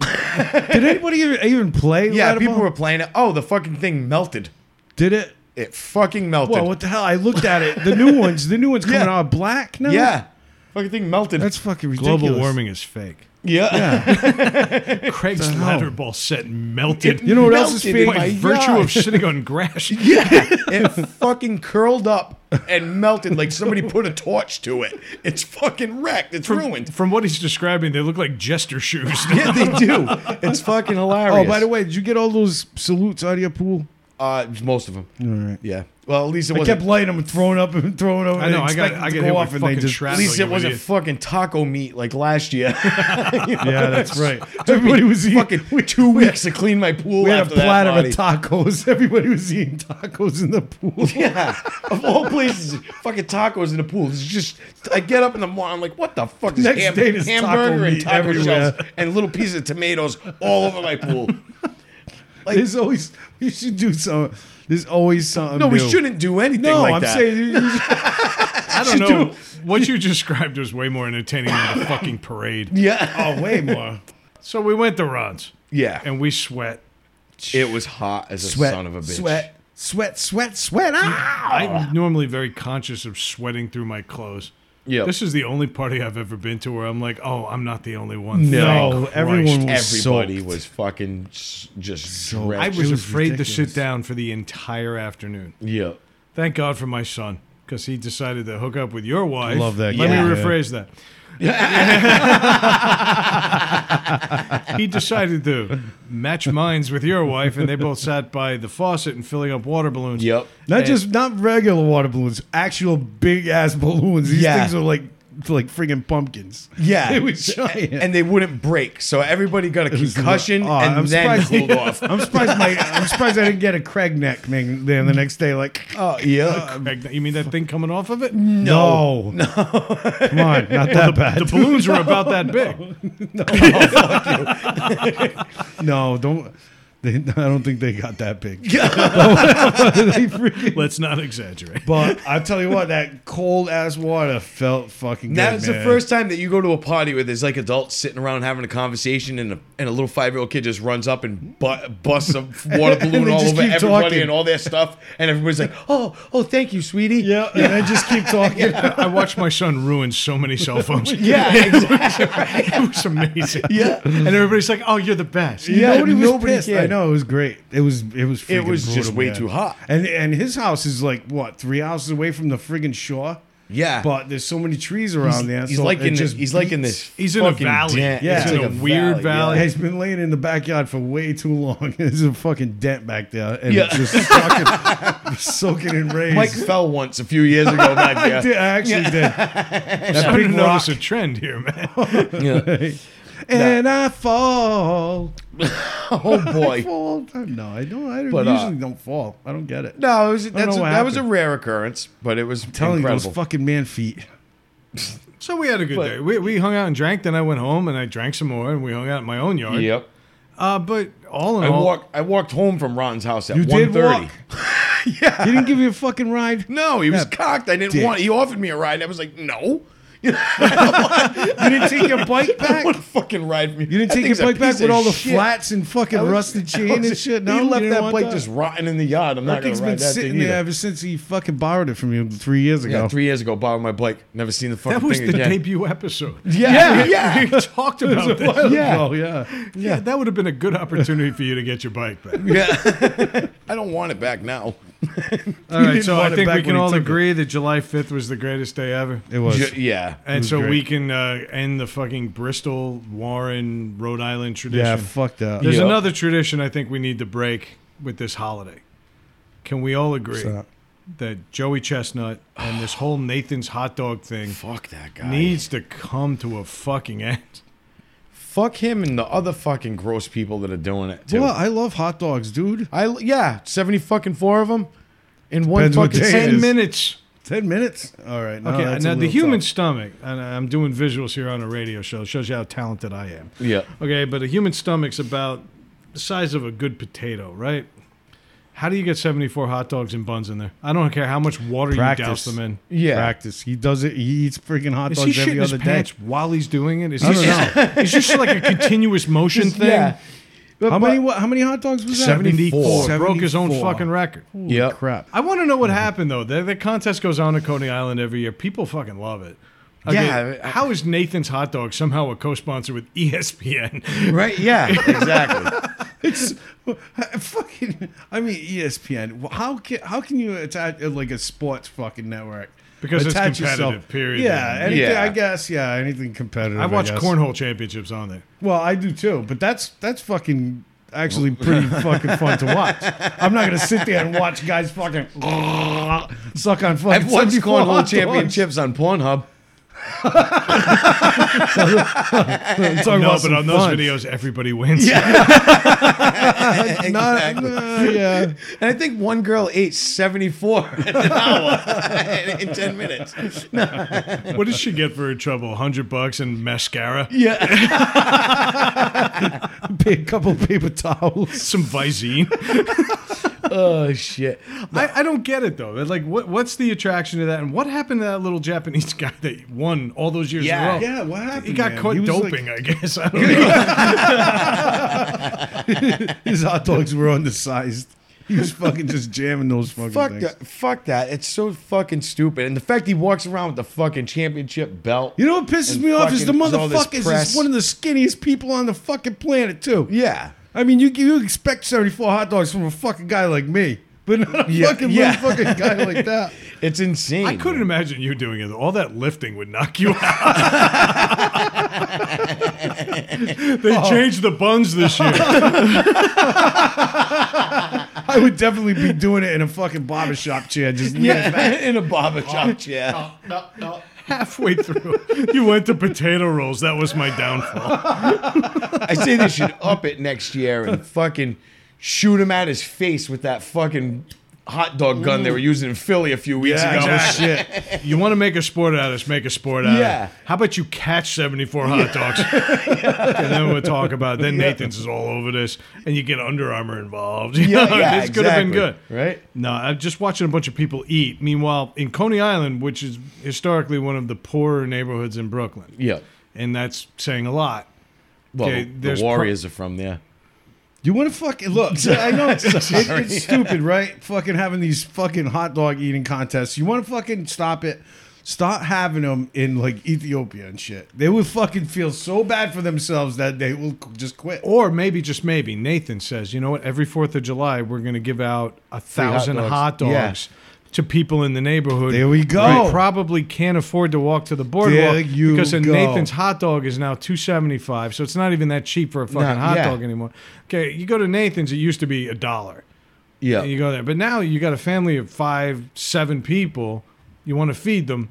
did anybody even, even play?
Yeah.
Ladderball?
people were playing it. Oh, the fucking thing melted.
Did it?
It fucking melted.
Well, what the hell? I looked at it. The new ones. The new ones coming
Yeah.
out black now.
yeah. Fucking thing melted.
that's fucking ridiculous.
Global warming is fake.
yeah.
Craig's letterball set melted.
You know what else is
Melted in
fake?
by
my
virtue
yard.
of sitting on grass.
it fucking curled up and melted like somebody put a torch to it. It's fucking wrecked. It's ruined.
From what he's describing, they look like jester shoes.
Yeah, they do. It's fucking hilarious.
Oh, by the way, did you get all those salutes out of your pool?
uh, most of them. Yeah. Well, at least it
I
wasn't.
kept lighting them and throwing up and throwing over.
I know,
and
I got-
expecting
I
to
got
go
hit with
off and they
fucking
just.
shrapnel.
At least
like
it
an
wasn't
idiot.
fucking taco meat like last year.
Yeah, that's right. Everybody was eating.
fucking two weeks to clean my pool
we had a
after that
platter
party.
of tacos. Everybody was eating tacos in the pool.
yeah, of all places, fucking tacos in the pool. It's just I get up in the morning, I'm like, what the fuck? Is
Next day there's taco
hamburger and
meat
taco
everywhere.
shells and little pieces of tomatoes all over my pool.
There's always you should do some. There's always something.
No, we
new.
shouldn't do anything
No,
like
I'm
that.
saying you- you-
I don't know. What you described was way more entertaining than the fucking parade.
Yeah.
Oh, way more.
So we went to Ron's
Yeah.
and we sweat.
it was hot as a
Sweat,
son of a bitch.
sweat, sweat, sweat, sweat. Ah!
I'm normally very conscious of sweating through my clothes.
Yeah.
This is the only party I've ever been to where I'm like, oh, I'm not the only one.
No,
Thank
everyone
Christ.
was
Everybody
soaked.
was fucking s- just
Soaked.
I
drenched.
was,
It was
afraid to
ridiculous.
sit down for the entire afternoon.
yeah.
Thank God for my son because he decided to hook up with your wife.
Love that
Let
guy,
me
yeah.
rephrase that. he decided to match minds with your wife, and they both sat by the faucet and filling up water balloons.
Yep.
Not just not regular water balloons, actual big ass balloons. These
Yeah.
things are like like friggin' pumpkins.
Yeah.
It was giant.
And they wouldn't break. So everybody got a
It was-
concussion
oh,
and
I'm
then
surprised-
cooled off.
I'm surprised my I'm surprised I didn't get a Craig neck thing there the next day. Like uh,
Oh, yeah.
Like, You mean that thing coming off of it?
Mm. no, no, come on, not that bad.
The balloons were about that big.
no, don't. They, I don't think they got that big.
Let's not exaggerate.
But I tell you what, that cold ass water felt fucking. good,
That was the
man.
first time that you go to a party where there's like adults sitting around having a conversation, and a, and a little five year old kid just runs up and bu- busts a water
they
balloon all
just
over
keep
everybody
talking.
and all their stuff, and everybody's like, "Oh, oh, thank you, sweetie."
Yeah, and I just keep talking.
I watched my son ruin so many cell phones.
yeah, exactly.
it was amazing.
yeah.
And everybody's like, "Oh, you're the best."
Yeah, nobody, was
nobody
pissed.
cared.
I know it was great. It was it was freaking
was just
brutal,
way
man.
too hot.
And and his house is like what three houses away from the friggin' shore.
Yeah.
but there's so many trees around there.
he's
so
like
it
in this,
just
he's like in
beats-
this.
He's in a
fucking
valley.
Dent.
Yeah.
It's
He's in
a weird valley.
yeah.
He's been laying in the backyard for way too long. There's a fucking dent back there, and
Yeah.
it's just fucking soaking in rays.
Mike fell once a few years ago back
I, did, I actually did. That
Starting
big
to notice
rock,
a trend here, man.
there. Yeah.
and I fall.
Oh
I
boy.
fall all the time. No, I don't. I don't,
But, uh,
usually don't fall. I don't get it.
No, it was,
know
that's a,
what
that was a
happened.
rare occurrence, but it was
telling you,
incredible.
those fucking man feet.
So we had a good day. We, we hung out and drank. Then I went home and I drank some more, and we hung out in my own yard.
Yep.
Uh, but all in
I
all,
walked. I walked home from Ron's house at
You
one
did
thirty.
walk. He didn't give you a fucking ride.
No, he was
Yeah,
cocked. I didn't
dick.
want. He offered me a ride. I was like, no.
You didn't take your bike
I
back.
want to fucking ride from you.
You didn't
That
take your
thing's a
bike back
piece
with
of
all the
shit.
flats and fucking
I was-
rusted
I
chain
was-
and shit. No,
he
you
left
didn't
that
want
bike just rotting in the yard. I'm
That
not gonna
thing's
ride
been
that
sitting
thing
there
either.
ever since he fucking borrowed it from you three years ago.
Yeah, three years ago, borrowed my bike. Never seen the fucking
that was
thing
the
again.
debut episode.
Yeah,
We-
yeah.
We talked about this.
Well,
Yeah.
oh, yeah.
Yeah, that would have been a good opportunity for you to get your bike back.
Yeah, I don't want it back now.
All right,
didn't
so
want
I
it
think we
back when
can
he
all
took it.
agree that July 5th was the greatest day ever.
It was.
Ju- yeah,
And
was
so we
great.
can uh, end the fucking Bristol, Warren, Rhode Island tradition.
yeah, fuck that.
There's
Yeah.
another tradition I think we need to break with this holiday. Can we all agree
that?
that Joey Chestnut and this whole Nathan's hot dog thing
fuck that guy.
needs to come to a fucking end?
Fuck him and the other fucking gross people that are doing it too.
Well, I love hot dogs, dude.
I yeah, seventy fucking four of them in one
Depends what
fucking
day it
sitting.
Ten
is.
minutes.
Ten minutes. All right. No,
Okay,
that's a
now the
little
human
tough.
stomach, and I'm doing visuals here on a radio show, shows you how talented I am.
Yeah,
Okay, but a human stomach's about the size of a good potato, right? How do you get 74 hot dogs and buns in there? I don't care how much water you douse
Practice.
them in.
yeah.
Practice. He does it. He eats freaking hot
Is he
dogs
shitting
every
his
other day.
pants while he's doing it? Is
I
he
don't
It's just like a continuous motion thing.
Yeah. But-
How
but-
many? What, how many hot dogs was that?
74.
He broke his own
74.
fucking record.
Yep.
Crap.
I want to know what
Mm-hmm.
happened though. The, the contest goes on at Coney Island every year. People fucking love it.
Yeah, I-
how is Nathan's hot dog somehow a co-sponsor with E ESPN?
Right? Yeah. Exactly.
It's fucking. I mean, E ESPN. How can how can you attach uh, like a sports fucking network?
Because it's
Attach
competitive, period.
Yeah, anything,
Yeah.
I guess. Yeah, anything competitive.
I watch
guess.
cornhole championships on there.
Well, I do too. But that's that's fucking actually pretty fucking fun to watch. I'm not gonna sit there and watch guys fucking suck on fucking.
I've watched
74 hot
cornhole
dogs.
championships on Pornhub.
I'm talking
No,
about
but
some
on those
fun.
videos, everybody wins.
Not- uh, yeah.
And I think one girl ate 74 an hour in 10 minutes.
What does she get for her trouble? Hundred bucks and mascara,
Yeah.
A couple paper towels.
some Visine.
Oh shit!
I, I don't get it though. Like, what what's the attraction to that? And what happened to that little Japanese guy that won all those years
Yeah,
in a row?
Yeah, what happened?
He got
man?
caught
was, like-
doping, I guess. I don't know.
his hot dogs were undersized. He was fucking just jamming those fucking
Fuck
things.
that! Fuck that! It's so fucking stupid. And the fact he walks around with the fucking championship belt.
You know what pisses
And
me off is the
fucking all this
motherfuckers
press.
is one of the skinniest people on the fucking planet too.
yeah.
I mean, you you expect seventy four hot dogs from a fucking guy like me, but not a
Yeah,
fucking
yeah.
little fucking guy like that.
It's insane.
I couldn't imagine you doing it. All that lifting would knock you out. they
Oh.
changed the buns this year.
I would definitely be doing it in a fucking barbershop chair. Just yeah.
in a barber shop chair.
Halfway through, you went to potato rolls. That was my downfall.
I say they should up it next year and fucking shoot him at his face with that fucking hot dog gun they were using in Philly a few weeks ago.
shit.
You want to make a sport out of this? Make a sport out
Yeah.
of it. How about you catch 74 hot dogs? and then we'll talk about it. Then Nathan's is all over this, and you get Under Armour involved. You
Yeah,
know,
yeah,
this could have been
exactly,
good.
right?
No, I'm just watching a bunch of people eat. Meanwhile, in Coney Island, which is historically one of the poorer neighborhoods in Brooklyn,
Yeah.
and that's saying a lot.
Well,
Okay,
the
there's
Warriors are from there.
You want to fucking look? I know it's, it- it's stupid, right? Fucking having these fucking hot dog eating contests. You want to fucking stop it? Stop having them in like Ethiopia and shit. They would fucking feel so bad for themselves that they will just quit.
Or maybe just maybe Nathan says, you know what? Every Fourth of July, we're going to give out a thousand
dogs.
hot dogs. To people in the neighborhood,
There we go.
who probably can't afford to walk to the boardwalk
There you
because a
go.
Nathan's hot dog is now two seventy five, so it's not even that cheap for a fucking
Not-
hot
yeah.
dog anymore. Okay, you go to Nathan's, it used to be a dollar.
Yeah.
And you go there. But now you got a family of five, seven people. You want to feed them.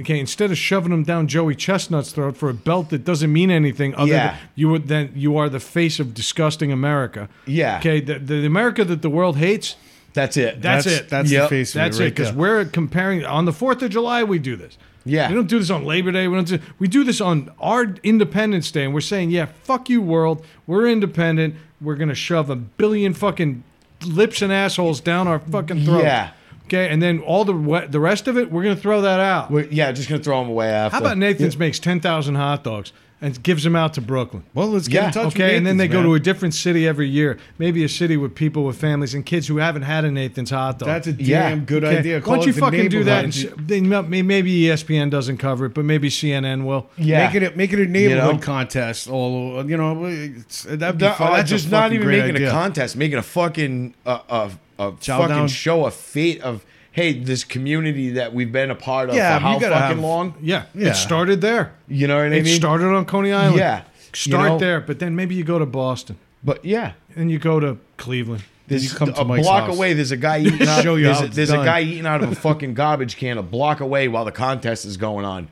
Okay, instead of shoving them down Joey Chestnut's throat for a belt that doesn't mean anything other
Yeah.
than you would then you are the face of disgusting America.
Yeah.
Okay, the, the America that the world hates,
That's it.
That's it.
That's
Yep.
the face of
that's
it.
it.
Right
Because
there.
we're comparing on the fourth of July we do this.
Yeah.
We don't do this on Labor Day. We don't do we do this on our Independence Day and we're saying, yeah, fuck you world. We're independent. We're gonna shove a billion fucking lips and assholes down our fucking throats.
Yeah.
Okay, and then all the we- the rest of it, we're gonna throw that out.
We're- yeah, just going to throw them away after.
How about Nathan's makes ten thousand hot dogs and gives them out to Brooklyn?
well, let's get
Yeah,
in touch.
okay, and then they go to a different city every year. Maybe a city with people with families and kids who haven't had a Nathan's hot dog.
That's a damn
Yeah.
good
Okay,
idea.
Why
Call
don't
it
you
the
fucking do that? And sh-
neighborhood.
then ma- may- maybe E ESPN doesn't cover it, but maybe CNN will.
Yeah.
Make it a, make it a neighborhood
know?
contest. All over, you know, it's, that'd be
No,
fun.
uh,
That's a
just not
fucking
even
great
making
idea.
a contest, making a fucking uh, uh, a
Chow
fucking
down.
show a fate of hey, this community that we've been a part of
Yeah,
for
you
how fucking
gotta have-
long?
Yeah,
Yeah.
it started there.
You know what I
It
mean?
started on Coney Island.
Yeah.
start
You know?
there, but then maybe you go to Boston,
but yeah,
and you go to Cleveland.
There's
you come to
a
Mike's
block
house.
away. There's a guy eating out.
Show you
there's
how
a,
it's
there's a
done.
guy eating out of a fucking garbage can a block away while the contest is going on.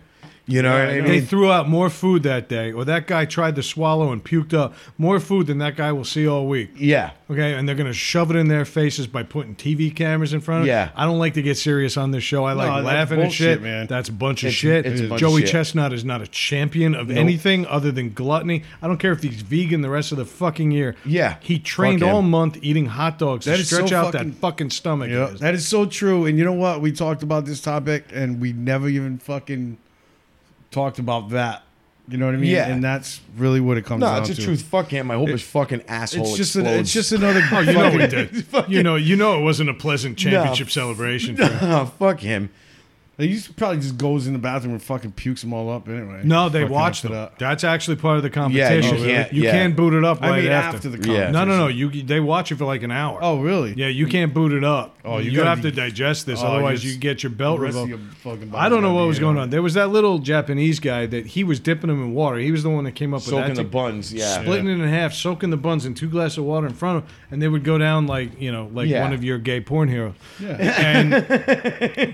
You know what I
They
mean?
threw out more food that day, or that guy tried to swallow and puked up more food than that guy will see all week.
Yeah,
Okay, and they're going to shove it in their faces by putting TV cameras in front of.
Yeah.
I don't like to get serious on this show. I like
that's
laughing and
bullshit,
shit.
man.
That's a bunch of
It's-
shit.
it's a bunch of
Joey
shit.
Chestnut is not a champion of anything other than gluttony. I don't care if he's vegan the rest of the fucking year.
Yeah.
he trained
Fuck him.
all month eating hot dogs
That
to
is
stretch
so
out
fucking-
that fucking stomach.
Yeah,
of his.
that is so true. And you know what? We talked about this topic, and we never even fucking talked about that. You know what I mean?
Yeah.
And that's really what it comes
no,
down
it's the
to.
truth. Fuck him. I hope his fucking asshole
It's just an,
explodes.
it's just another.
Oh, you know we
fucking-
did. You know, you know it wasn't a pleasant championship
No.
celebration. for him.
oh, fuck him.
He used to probably just goes in the bathroom and fucking pukes them all up anyway.
No, they
Fucking
watched
after
them.
that.
That's actually part of the competition.
can't-
you
yeah.
can't boot it up
I
right
mean,
after.
after, the
Yeah.
competition.
No, no, no. You they watch you for like an hour.
Oh, really?
yeah. You can't boot it up. Oh,
you
you,
gotta
have
be-
to digest this,
Oh,
otherwise
yes.
you get your belt
The rest of your
revoked.
fucking
I don't know what was going
on.
on. There was that little Japanese guy that he was dipping them in water. He was the one that came up
Soaking
with that.
the
to-
buns. Yeah.
Splitting it in half, soaking the buns in two glasses of water in front of, and they would go down like you know, like
Yeah.
one of your gay porn heroes.
Yeah.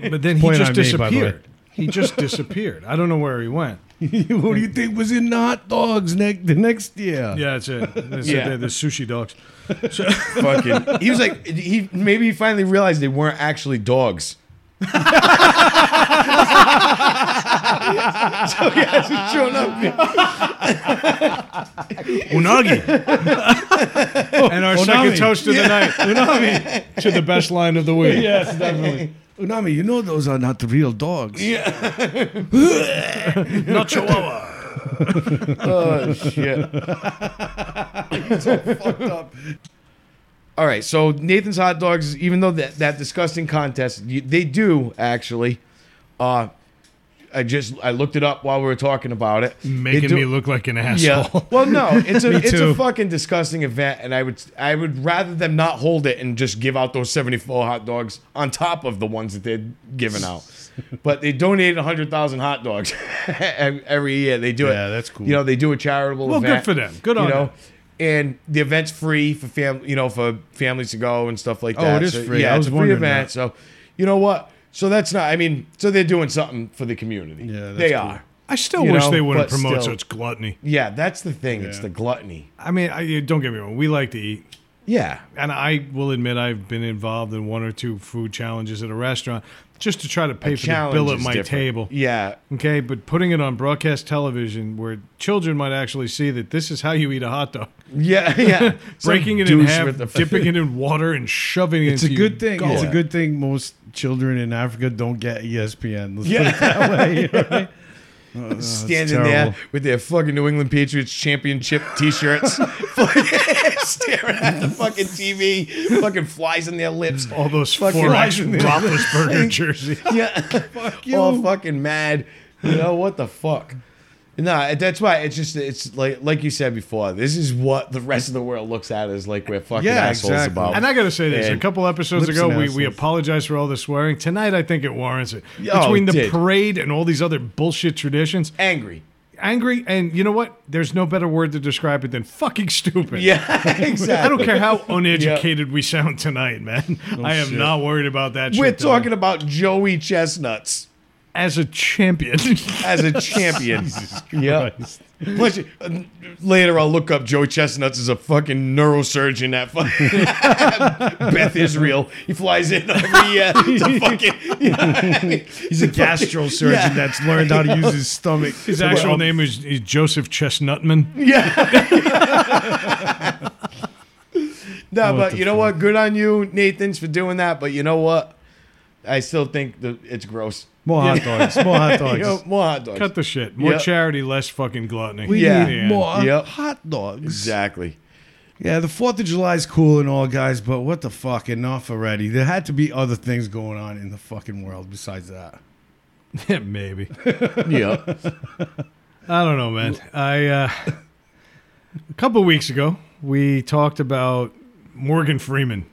And but then he
Point
just
on me, by the way.
disappeared. He just disappeared. I don't know where he went.
what do you think was in the hot dogs next the next year?
Yeah, that's it. That's
Yeah.
it. The sushi dogs.
fucking. He was like, he maybe he finally realized they weren't actually dogs. so he hasn't shown up.
Unagi. and our our
Onami.
second toast of the night. Unami to the best line of the week. Yes, definitely.
Unami, you know those are not the real dogs. Yeah.
Not Chihuahua.
Oh shit.
Fucked up.
All right, so Nathan's hot dogs, even though that, that disgusting contest, you, they do actually. Uh, I just I looked it up while we were talking about it. They
Making
do-
me look like an
yeah.
asshole.
Well, no, it's a
Me
it's
too.
a fucking disgusting event, and I would I would rather them not hold it and just give out those seventy four hot dogs on top of the ones that they're giving out. but they donated hundred thousand hot dogs every year. They do it.
Yeah, that's cool.
You know, they do a charitable.
Well, good
event,
for them. Good on
you know,
them.
And the event's free for fam, you know, for families to go and stuff like
Oh,
that.
it is
So,
free.
Yeah,
I
it's
was
a free
wondering
event. So, you know what? So that's not. I mean, so they're doing something for the community.
Yeah, that's
they
cool.
are.
I still
You
wish
know,
they
but
wouldn't promote
still.
such gluttony.
Yeah, that's the thing. It's the gluttony.
I mean, I, you- don't get me wrong. We like to eat.
Yeah.
And I will admit I've been involved in one or two food challenges at a restaurant just to try to pay for the
Challenge
bill at
is
my
different.
table.
Yeah.
Okay, but putting it on broadcast television where children might actually see that this is how you eat a hot dog.
Yeah. Yeah.
Breaking it
Some
in
douche
half,
with the-
dipping it in water, and shoving it
It's a
into
good thing. It's a
Yeah.
good thing most children in Africa don't get E ESPN. Let's put it
Yeah.
that way. right? Oh, it's
Standing
terrible.
there with their fucking New England Patriots championship T-shirts, fucking staring at the fucking TV, fucking flies in their lips,
All those
Fucking
four
lies
action
in there.
Roethlisberger jerseys.
yeah, all fucking mad. You know what the fuck? Nah, that's why it's just it's like like you said before. This is what the rest of the world looks at as like we're fucking
Yeah,
assholes
exactly.
about.
And I got to say this: a
And
couple episodes
lips
ago,
and
we, we
assholes.
apologized for all the swearing. Tonight, I think it warrants it.
Oh, it
Between the
did.
parade and all these other bullshit traditions,
angry.
angry and you know what? There's no better word to describe it than fucking stupid.
Yeah, exactly.
I don't care how uneducated we sound tonight, man. I am
shit.
not worried about that.
We're
shit tonight.
talking about Joey Chestnuts.
as a champion.
as a champion. yeah. Plus, uh, later I'll look up Joe Chestnuts is a fucking neurosurgeon at fucking Beth Israel. He flies in every year to fucking.
He's a gastro surgeon
Yeah.
that's learned how to use his stomach.
His um, actual name is, is Joseph Chestnutman.
yeah. no,
What
but
the
you know what? Good on you, Nathan's, for doing that. But you know what? I still think the, it's gross.
More hot dogs. More hot dogs.
You know, more hot dogs.
Cut the shit. More
Yeah.
charity, less fucking gluttony.
we
Yeah.
need
Yeah.
more
Yep.
hot dogs.
exactly.
Yeah, the Fourth of July is cool and all, guys, but what the fuck? Enough already. There had to be other things going on in the fucking world besides that.
Yeah, Maybe.
Yeah.
I don't know, man. I uh, a couple weeks ago we talked about Morgan Freeman,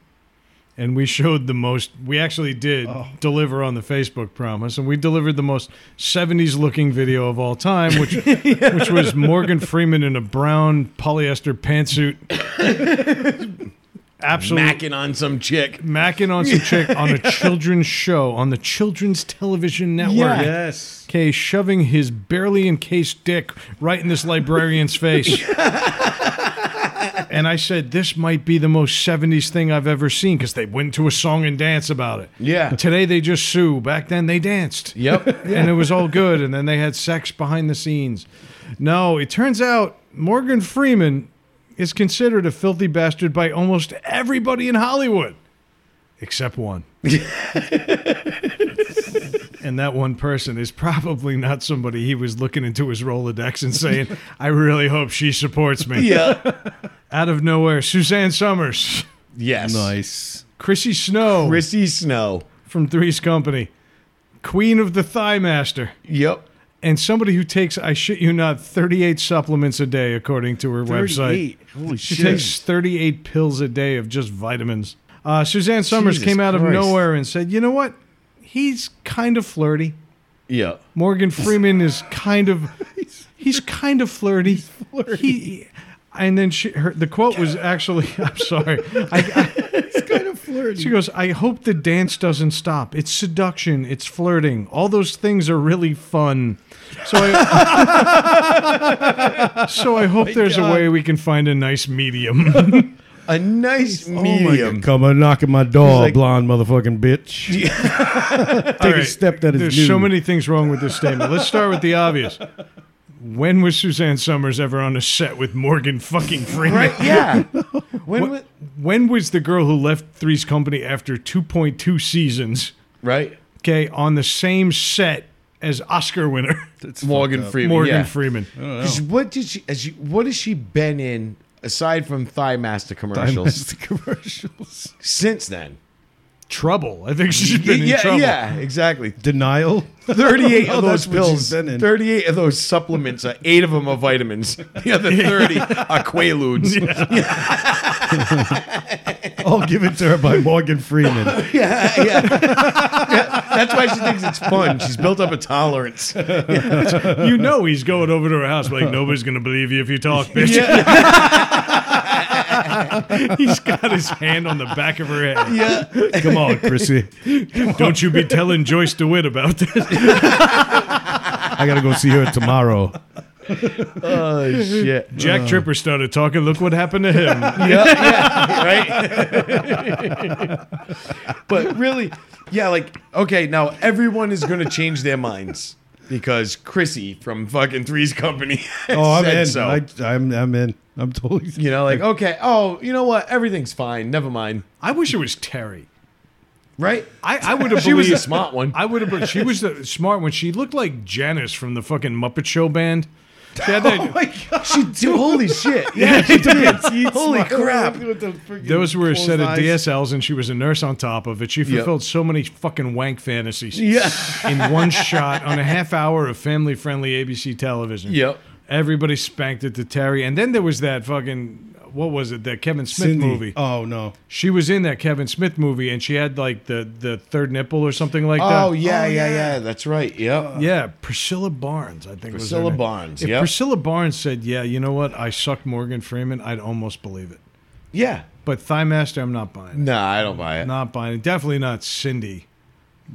and we showed the most. We actually did deliver on the Facebook promise, and we delivered the most '70s looking video of all time, which which was Morgan Freeman in a brown polyester pantsuit, absolutely.
Macking on some chick.
Macking on some chick on a children's show on the children's television network.
Yes.
Okay, shoving his barely encased dick right in this librarian's face. and I said, This might be the most 70s thing I've ever seen because they went to a song and dance about it.
Yeah.
Today they just sue. Back then they danced.
Yep.
And it was all good. And then they had sex behind the scenes. No, it turns out Morgan Freeman is considered a filthy bastard by almost everybody in Hollywood except one. and that one person is probably not somebody he was looking into his Rolodex and saying, I really hope she supports me.
Yeah.
Out of nowhere, Suzanne Summers,
Yes.
Nice.
Chrissy Snow
Chrissy Snow.
from Three's Company, Queen of the Thigh Master,
Yep.
and somebody who takes, I shit you not, 38 supplements a day, according to her website.
38. Holy
She
shit.
takes 38 pills a day of just vitamins. Uh, Suzanne Summers
Jesus
came out of
Christ.
nowhere and said, You know what? He's kind of flirty.
Yeah.
Morgan Freeman is kind of he's kind of flirty. He, and then she, her, the quote was actually, I'm sorry. I, I,
kind of flirty.
she goes, I hope the dance doesn't stop. It's seduction. It's flirting. All those things are really fun. So I, so I hope there's a way we can find a nice medium.
A nice
Medium.
medium.
"Oh Come on, knock at my door,
like-
blonde motherfucking bitch. Take
All
a
right.
step that is
There's
new.
so many things wrong with this statement. Let's start with the obvious. When was Suzanne Summers ever on a set with Morgan fucking Freeman?
Right? Yeah. When, wa-
When was the girl who left Three's Company after 2.2 seasons,
right?
okay, on the same set as Oscar winner
Morgan Freeman.
Morgan
yeah.
Freeman?
Oh,
Because What did she, as you, what has she been in aside from Thigh Master commercials
the commercials.
since then?
Trouble. I think she's been in
yeah,
trouble.
yeah, exactly.
Denial.
38
Oh,
of those
that's what she's
pills,
been in.
38 of those supplements, are eight of them are vitamins. The other 30 are Quaaludes.
All given Oh, to her by Morgan Freeman.
Yeah, yeah. That's why she thinks it's fun. She's built up a tolerance.
You know he's going over to her house like nobody's gonna believe you if you talk, bitch. he's got his hand on the back of her head.
Come on, Chrissy.
Don't you be telling Joyce DeWitt about this.
I gotta go see her tomorrow.
Oh shit.
Jack Tripper started talking. Look what happened to him.
Yeah, yeah, right. but really, yeah, like okay, now everyone is gonna change their minds because Chrissy from fucking Three's Company
Oh, I'm
said
in.
so.
I, I'm, I'm in. I'm totally.
you know, like okay, oh, you know what? Everything's fine. Never mind.
I wish it was Terry.
Right?
I, I would have
She was
believed
a smart one.
I would have. believed She was the smart one. She looked like Janice from the fucking Muppet Show band. She had that-
Oh She dude, holy shit. Yeah, Holy crap.
those were a set of
eyes.
DSLs, and she was a nurse on top of it. She fulfilled so many fucking wank fantasies
Yeah.
in one shot on a half hour of family-friendly ABC television.
Yep.
Everybody spanked it to Terry, and then there was that fucking what was it? That Kevin Smith
Cindy.
movie.
Oh no.
She was in that Kevin Smith movie, and she had like the the third nipple or something like that.
Oh yeah, yeah, Uh, yeah. That's right. Yep.
Yeah, Priscilla Barnes, I think. was her
Priscilla
name.
Barnes,
If
yep.
Priscilla Barnes said, "Yeah, you know what? I sucked Morgan Freeman," I'd almost believe it.
Yeah.
But Thigh Master, I'm not buying. It.
Nah, I don't buy it.
Not buying. It. Definitely not Cindy.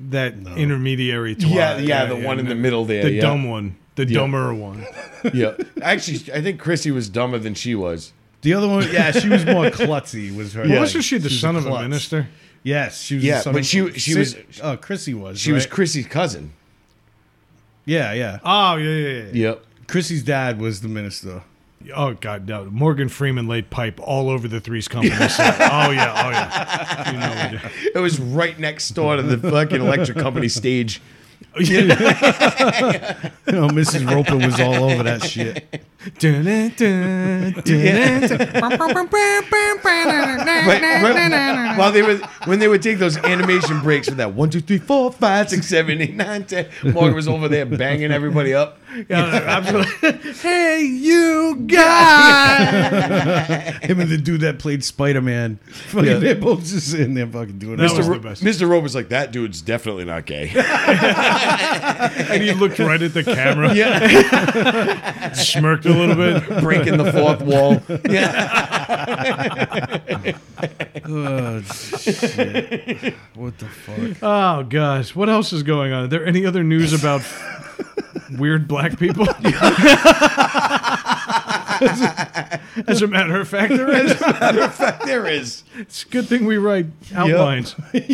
That intermediary. Twat.
Yeah, yeah, the one in the middle there.
The
yeah.
dumb one. The dumber one.
Yeah. Actually, I think Chrissy was dumber than she was.
The other one, yeah, she was more klutzy. Was her?
Yeah.
Yeah.
Wasn't she the son of a
klutz.
minister?
Yes, she was.
Yeah,
the son
but
of-
she- she
Sid-
was-
Oh, Chrissy was.
She was
right?
Chrissy's cousin.
Yeah, yeah.
Oh yeah, yeah, yeah.
Yep.
Chrissy's dad was the minister.
Oh god, no. Morgan Freeman laid pipe all over the Three's Company. set. Oh yeah, oh yeah. You know we did.
It was right next door to the fucking electric company stage.
You know, Mrs. Roper was all over that shit.
Right, right- while they were when they would take those animation breaks with that one, two, three, four, five, six, seven, eight, nine, ten. Morgan was over there banging everybody up.
Yeah, absolutely. hey, you guys!
Him and the dude that played Spider Man. Fucking,
Yeah.
they're both just sitting there fucking doing
That
it.
Mr.
was the
Ro-
best.
Mr. Roper's like, that dude's definitely not gay.
and he looked right at the camera,
Yeah.
smirked a little bit.
Breaking the fourth wall. Yeah.
Oh, shit. What the fuck?
Oh gosh, what else is going on? Are there any other news about weird black people? as, a, as a matter of fact, there is.
Matter of fact, there is.
It's a good thing we write outlines. Rachel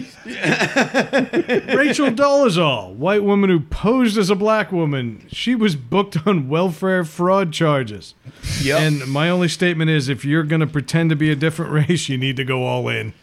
Dolezal, white woman who posed as a black woman, she was booked on welfare fraud charges.
Yep.
And my only statement is if you're going to pretend to be a different race, you need to go all in.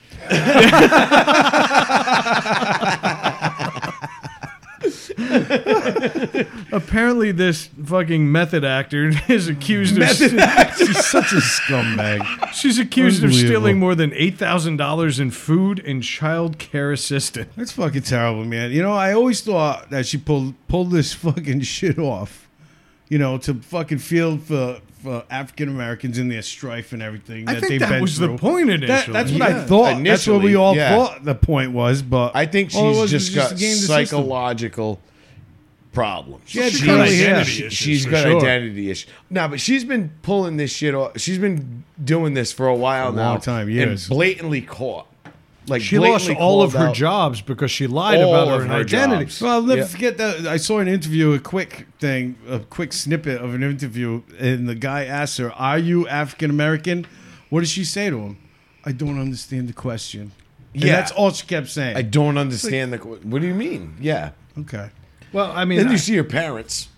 Apparently, this fucking method actor is accused of
She's such a scumbag.
she's accused of
Unbelievable.
stealing more than eight thousand dollars in food and child care assistance.
That's fucking terrible, man. You know, I always thought that she pulled pulled this fucking shit off. You know, to fucking feel for, for African Americans in their strife and everything that
I think
they've
that
been
was
through.
the point initially.
That, that's what I
Yeah.
thought. that's what
Initially,
we all
yeah.
thought the point was, but
I think
all it
she's
was
just
was
got
to game the system.
psychological problems.
Yeah,
She's
she
got
really
identity
is.
issues
She's
for
got
sure.
identity issue. Nah, but she's been pulling this shit off. She's been doing this for a while now.
long time,
And
years.
blatantly caught. Like
She lost
blatantly
all of
called
her
out.
jobs because she lied
All
about
of
her,
her
identity.
jobs.
Well, I'll never
Yeah.
forget that. I saw an interview, a quick thing, a quick snippet of an interview, and the guy asked her, "Are you African American?" What did she say to him? I don't understand the question. And
Yeah.
that's all she kept saying.
I don't understand the. What do you mean? Yeah.
okay.
Well, I mean,
Then
I-
you see her parents.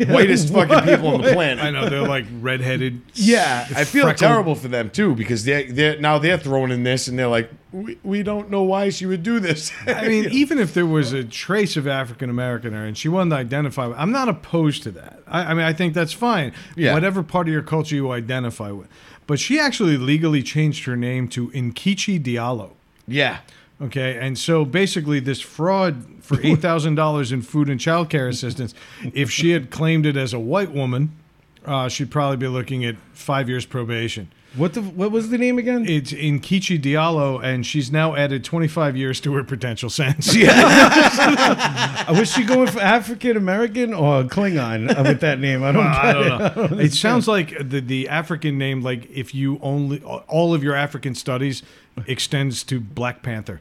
whitest fucking people on the planet.
I know they're like redheaded.
Yeah, I feel
freckled-
terrible for them too because they they now they're throwing in this and they're like, we, we don't know why she would do this.
I mean, even if there was a trace of African American in her and she wanted to identify with, I'm not opposed to that. I, I mean, I think that's fine.
Yeah.
Whatever part of your culture you identify with. But she actually legally changed her name to Nkichi Diallo.
yeah,
Okay, and so basically, this fraud for eight thousand dollars in food and child care assistance, if she had claimed it as a white woman, uh, she'd probably be looking at five years probation.
What the? What was the name again?
It's in Kichi Diallo, and she's now added twenty five years to her potential sentence.
Uh, was she going for African American or Klingon uh, with that name? I don't.
I
know.
don't know. It sounds like the the African name, like if you only all of your African studies extends to Black Panther.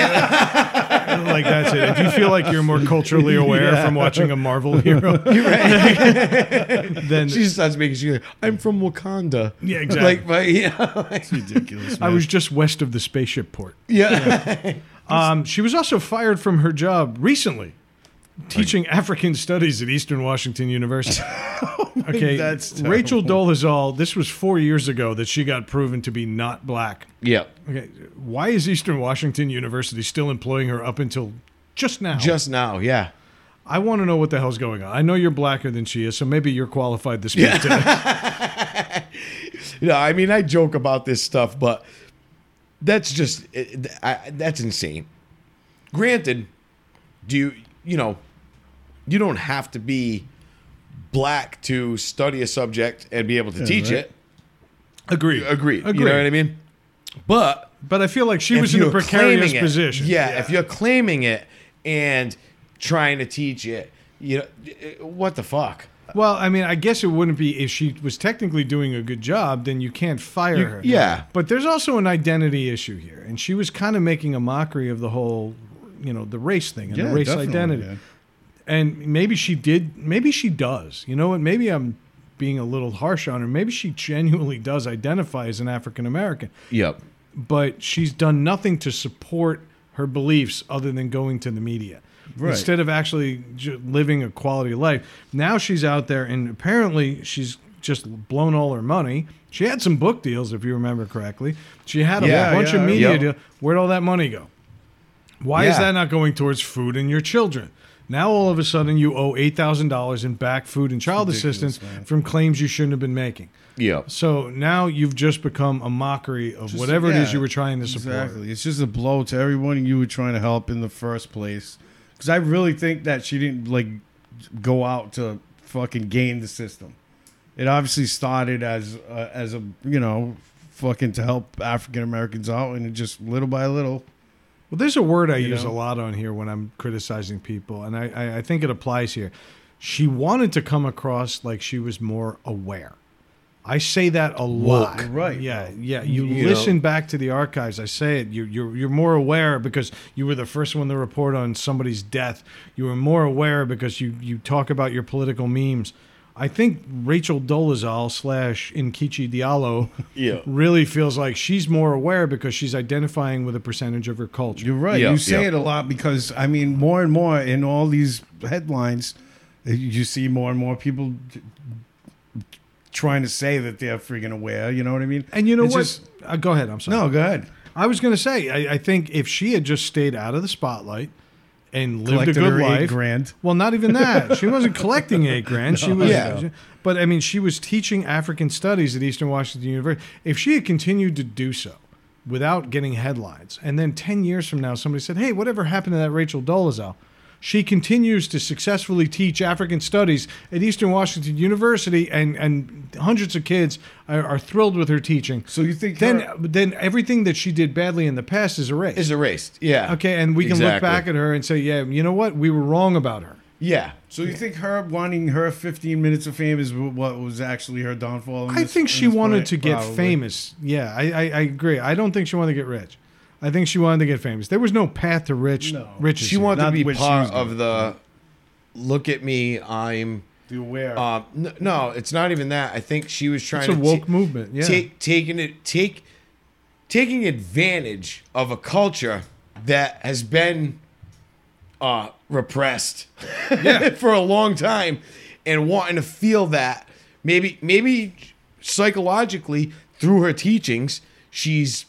Right. Yeah. like that's it. If you feel like you're more culturally aware from watching a Marvel hero, then
she starts making. She's like, I'm from Wakanda.
Yeah, exactly.
Like, but, yeah,
Ridiculous.
I was just west of the spaceship port.
yeah.
Um, she was also fired from her job recently. Teaching African studies at Eastern Washington University.
Oh,
okay,
that's terrible.
Rachel Dolezal. This was four years ago that she got proven to be not black.
yeah.
Okay, why is Eastern Washington University still employing her up until just now?
Just now, yeah.
I want to know what the hell's going on. I know you're blacker than she is, so maybe you're qualified to speak to that.
Yeah, I mean, I joke about this stuff, but that's just it, I, that's insane. Granted, do you you know you don't have to be black to study a subject and be able to teach
right.
it.
Agreed.
Agreed. You
Agreed.
know what I mean? But
But I feel like she was
if
in a
you're
precarious
claiming it-
position.
Yeah, if you're claiming it and trying to teach it, you know what the fuck?
Well, I mean, I guess it wouldn't be if she was technically doing a good job, then you can't fire her.
yeah.
But there's also an identity issue here, and she was kind of making a mockery of the whole, you know, the race thing and
Yeah,
the race
definitely,
identity.
man.
and maybe she did maybe she does you know what maybe i'm being a little harsh on her maybe she genuinely does identify as an african american
Yep.
but she's done nothing to support her beliefs other than going to the media
Right.
instead of actually ju- living a quality life now she's out there and apparently she's just blown all her money she had some book deals if you remember correctly she had a
Yeah,
bunch
yeah,
of media
yep.
deal. where'd all that money go why is
Yeah.
that not going towards food and your children? Now all of a sudden you owe eight thousand dollars in back food and child assistance from claims you shouldn't have been making.
Yep.
So now you've just become a mockery of whatever it is
yeah,
you were trying to support.
Exactly. It's just a blow to everyone you were trying to help in the first place. Because I really think that she didn't like go out to fucking game the system. It obviously started as uh, as a you know fucking to help African Americans out, and it just little by little.
Well, there's a word I
You
use
know?
a lot on here when I'm criticizing people, and I, I, I think it applies here. She wanted to come across like she was more aware. I say that a lot.
right.
Yeah, yeah. You,
You
listen back to the archives. I say it. You, you're you're more aware because you were the first one to report on somebody's death. You were more aware because you you talk about your political memes. I think Rachel Dolezal slash Nkichi Diallo
Yeah.
really feels like she's more aware because she's identifying with a percentage of her culture.
You're right.
Yeah,
you say
yeah.
it a lot because I mean, more and more in all these headlines, eh, you see more and more people trying to say that they're freaking aware. You know what I mean?
And you know
It's
what?
just-
uh, go ahead. I'm sorry.
no, go ahead.
I was going to say, I, I think if she had just stayed out of the spotlight and lived a
Collected
good
her eight
life,
grand.
well, not even that. she wasn't collecting eight grand. she was,
Yeah.
but I mean, she was teaching African studies at Eastern Washington University. If she had continued to do so without getting headlines, and then ten years from now, somebody said, "Hey, whatever happened to that Rachel Dolezal?" She continues to successfully teach African studies at Eastern Washington University, and, and hundreds of kids are, are thrilled with her teaching
So you think
then
her-
then everything that she did badly in the past is erased.
Is erased. Yeah.
okay, and we can look
Exactly.
back at her and say, yeah, you know what? We were wrong about her.
Yeah.
So you think her wanting her 15 minutes of fame is what was actually her downfall? in
I
this-
think
in
she
this
wanted
point?
to get
Probably.
famous. Yeah, I, I, I agree. I don't think she wanted to get rich. I think she wanted to get famous. There was no path to rich
No.
riches.
She
here.
wanted to
Not
be
what she
part
was doing.
of the look at me, I'm
Be aware.
uh, n- no, it's not even that. I think she was trying
it's a
to
woke
ta-
movement. Yeah.
take taking it take taking advantage of a culture that has been uh, repressed for a long time and wanting to feel that maybe maybe psychologically through her teachings she's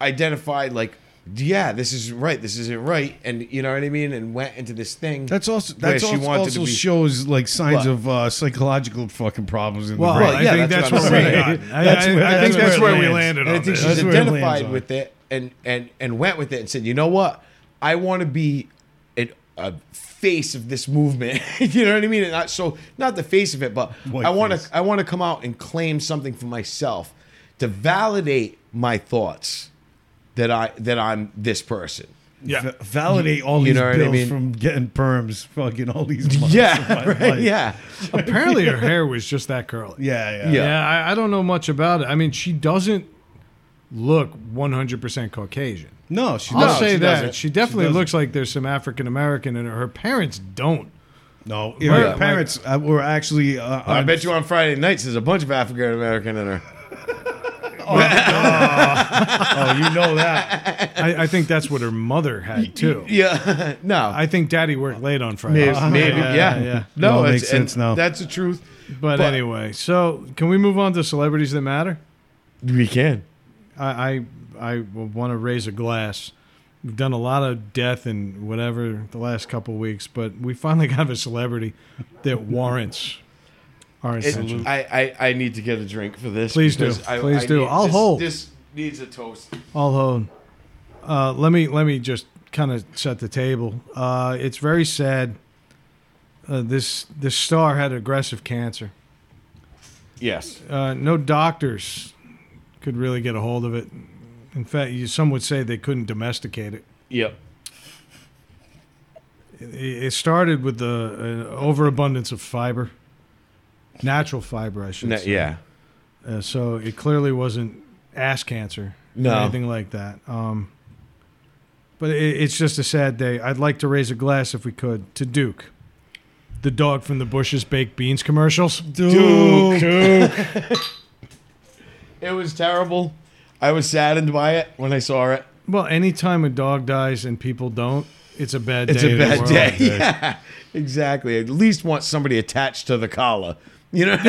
identified like yeah this isn't right this isn't right and you know what i mean and went into this thing
That's also
where
that's
she
also,
wanted
also
to be
shows like signs
What?
of uh, psychological fucking problems in
Well,
the brain.
I think that's,
what I'm
where we
saying.
got. I,
That's
I-
where-
I
that's
think
where
that's
it
where we
lands.
landed
and
on
I think
this.
she's
That's where it lands
identified
on.
with it and and and went with it and said, you know what, I want to be an, a face of this movement. you know what I mean? And not, so not the face of it, but
White
I want
face.
to I want to come out and claim something for myself to validate my thoughts that I that I'm this person.
Yeah.
Va- validate all
You
these
know what I
bills
mean?
from getting perms, fucking all these. months of my
Yeah, right,
life.
yeah,
Apparently, her hair was just that curly.
yeah, yeah,
Yeah.
Yeah, I, I don't know much about it. I mean, she doesn't look 100% Caucasian.
No, she
I'll
doesn't.
say
she
that.
doesn't.
She definitely
doesn't.
looks like there's some African American in her. Her parents don't.
no. Her
Yeah.
parents uh, were actually. Uh,
I
on-
bet you on Friday nights there's a bunch of African American in her.
Oh, you know that.
I, I think that's what her mother had, too.
Yeah, no,
I think daddy worked late on Friday. Uh,
Maybe, maybe, yeah,
yeah.
No,
No, it
it's-
makes sense
and
now.
That's the truth.
But,
But-
anyway, so can we move on to celebrities that matter?
We can.
I I, I want to raise a glass. We've done a lot of death and whatever the last couple of weeks, but we finally got a celebrity that warrants our
It-
attention.
I, I I need to get a drink for this.
Please do.
because I-
Please
I
do.
need-
I'll
this-
hold.
This needs a toast.
Although, uh, let me let me just kind of set the table. Uh, it's very sad. Uh, this this star had aggressive cancer.
Yes.
Uh, no doctors could really get a hold of it. In fact, you, some would say they couldn't domesticate it.
Yep.
It it started with the uh, overabundance of fiber, natural fiber, I should
No,
say.
yeah.
Uh, so it clearly wasn't ass cancer,
No.
or anything like that. Um, but it, it's just a sad day. I'd like to raise a glass, if we could, to Duke, the dog from the Bush's baked beans commercials.
Duke.
It was terrible. I was saddened by it when I saw it.
Well, anytime a dog dies and people don't, it's a bad
It's
day.
a
in the
bad
world.
day. Yeah. Exactly. At least want somebody attached to the collar. You know.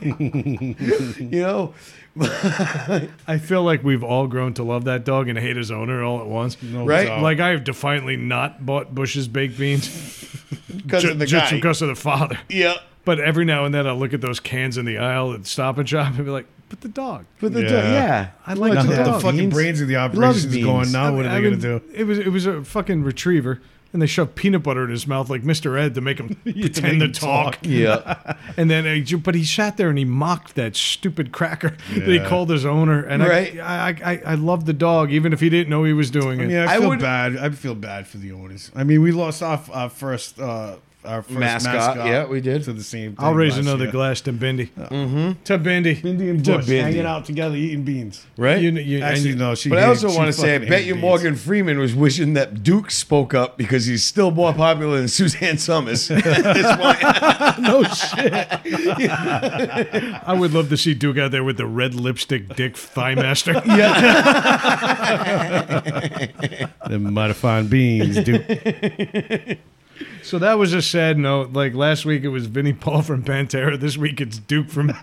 you know. you know.
I feel like we've all grown to love that dog and hate his owner all at once.
Right?
doubt.
Like I have defiantly not bought Bush's baked beans
Because
ju-
of the
just
guy.
because of the father.
Yep.
But every now and then I'll look at those cans in the aisle at Stop and Shop and be like, but the dog.
But the
Yeah.
dog- yeah.
I like
Now
the
that
dog.
the fucking
Beans.
brains of the
Loves
operations
beans.
going now. What are
I
they going
mean,
to do?
It was it was a fucking retriever, and they shoved peanut butter in his mouth like Mr. Ed to make him pretend to
make him
talk.
Yeah.
And then, uh, but he sat there and he mocked that stupid cracker that he
Yeah.
called his owner. And
Right.
I, I, I, I loved the dog, even if he didn't know he was doing it.
Yeah, I
I
feel
would-
bad. I feel bad for the owners. I mean, we lost off our first uh, our first mascot.
Mascot. Yeah, we did.
to the same.
I'll
thing
raise
last
another
year.
glass to Bindi. Mm-hmm. To Bindi.
Bindi and
To
Bush
Bindi.
hanging out together, eating beans.
Right.
You, you, and
Actually,
you-
no. She.
But I
hate-
also
she
want to say, I
fucking
bet
hated
you
beans.
Morgan Freeman was wishing that Duke spoke up because he's still more popular than Suzanne Summers. That's why-
no shit. I would love to see Duke out there with the red lipstick dick thigh master.
Them modified beans, dude.
So that was a sad note. Like last week it was Vinnie Paul from Pantera. This week it's Duke from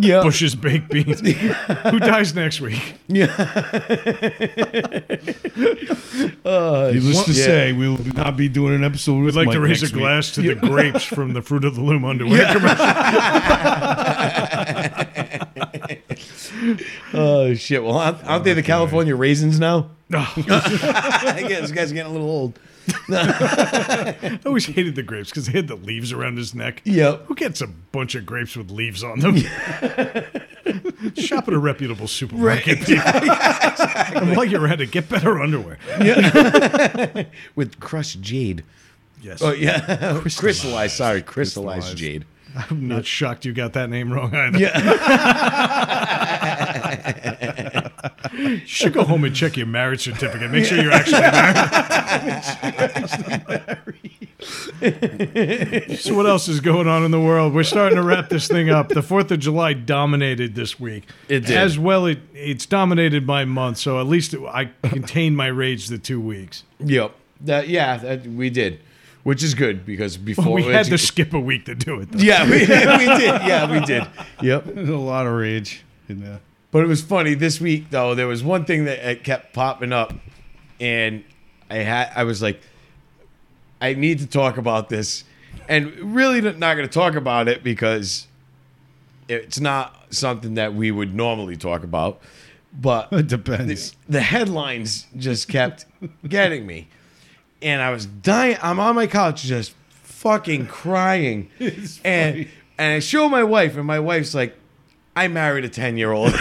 yeah.
Bush's Baked Beans. Who dies next week?
Needless to
Yeah.
say, we will not be doing an episode with
I'd like
Mike
to raise
next
a
week.
glass to the grapes from the Fruit of the Loom underwear commercial.
Oh shit. Well, aren't, aren't they the California raisins now?
No,
I guess this guy's getting a little old.
I always hated the grapes because they had the leaves around his neck.
Yep.
Who gets a bunch of grapes with leaves on them? Shop at a reputable supermarket. and while you're at it, get better underwear.
With crushed jade.
Yes.
Oh yeah. Crystallized. Sorry, crystallized, jade.
I'm not shocked you got that name wrong either. you should go home and check your marriage certificate. Make sure you're actually married. so, what else is going on in the world? We're starting to wrap this thing up. The 4th of July dominated this week.
It did.
As well, it, it's dominated my month, so at least it, I contained my rage the two weeks.
Yep. That yeah, that we did, which is good because before
we had to
it's-
skip a week to do it. Though.
yeah, we, we did. Yeah, we did. Yep.
There's a lot of rage in there.
But it was funny this week though. There was one thing that it kept popping up, and I had I was like, I need to talk about this, and really not going to talk about it because it's not something that we would normally talk about. But
It depends.
the, the headlines just kept getting me. And I was dying. I'm on my couch just fucking crying. And and I show my wife, and my wife's like, I married a 10 year old.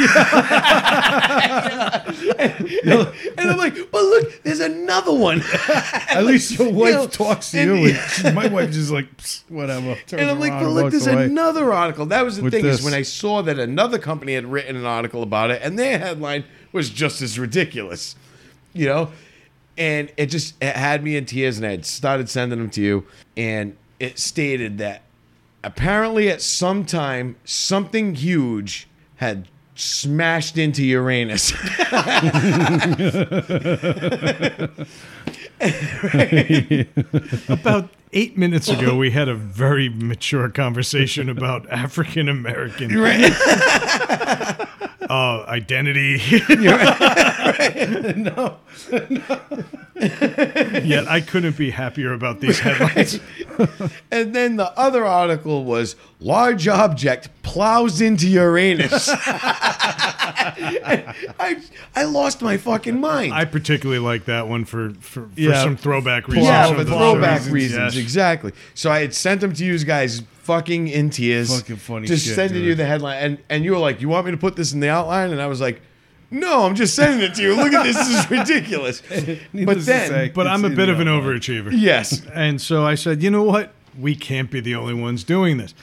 And I'm like, but look, there's another one.
At least your wife
know,
talks to
and-
you. And my wife just like "Psst, whatever. turns
and I'm like,
around
but look,
walks
there's
away.
another article. That was the
With
thing
this.
is when I saw that another company had written an article about it, and their headline was just as ridiculous, you know. And it just it had me in tears, and I had started sending them to you, and it stated that apparently at some time something huge had smashed into Uranus.
About eight minutes ago, we had a very mature conversation about African American uh, identity. no. Yet I couldn't be happier about these headlines.
and then the other article was large object plows into Uranus. I, I lost my fucking mind.
I particularly like that one for for, for
Yeah.
some throwback reasons.
yeah,
from
for
the
throwback
shows.
reasons,
Yes.
exactly. So I had sent them to you guys, fucking in tears,
Fucking funny
just
shit,
sending
dude.
you the headline, and and you were like, "You want me to put this in the outline?" And I was like, "No, I'm just sending it to you. Look at this, this is ridiculous." but
Needless to
then,
say.
But I'm a
It's in
bit
the
of an
outline.
overachiever.
yes,
And so I said, you know what? We can't be the only ones doing this.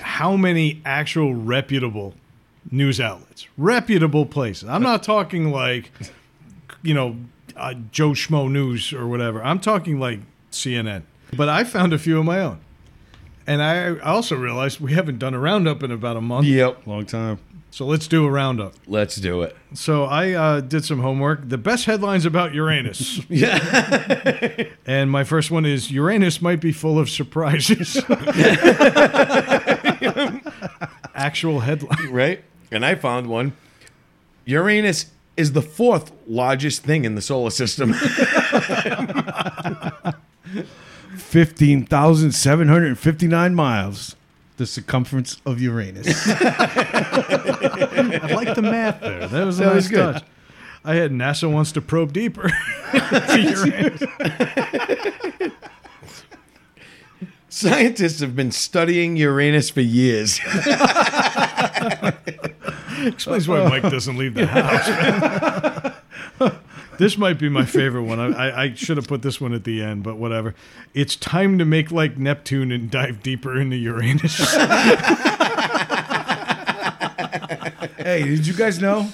How many actual reputable news outlets, reputable places? I'm not talking like, you know, uh, Joe Schmo News or whatever. I'm talking like CNN. But I found a few of my own. And I also realized we haven't done a roundup in about a month.
yep.
long time.
So let's do a roundup.
Let's do it.
So I uh, did some homework. The best headlines about Uranus.
Yeah,
And my first one is Uranus might be full of surprises. Actual headline.
right. And I found one. Uranus is the fourth largest thing in the solar system.
Fifteen thousand seven hundred fifty-nine miles. The circumference of Uranus.
I like the math there. That was a
That
nice
was good.
touch. I had NASA wants to probe deeper. to Uranus.
Scientists have been studying Uranus for years.
Explains why Mike doesn't leave the house. this might be my favorite one. I, I, I should have put this one at the end, but whatever. It's time to make like Neptune and dive deeper into Uranus.
hey, did you guys know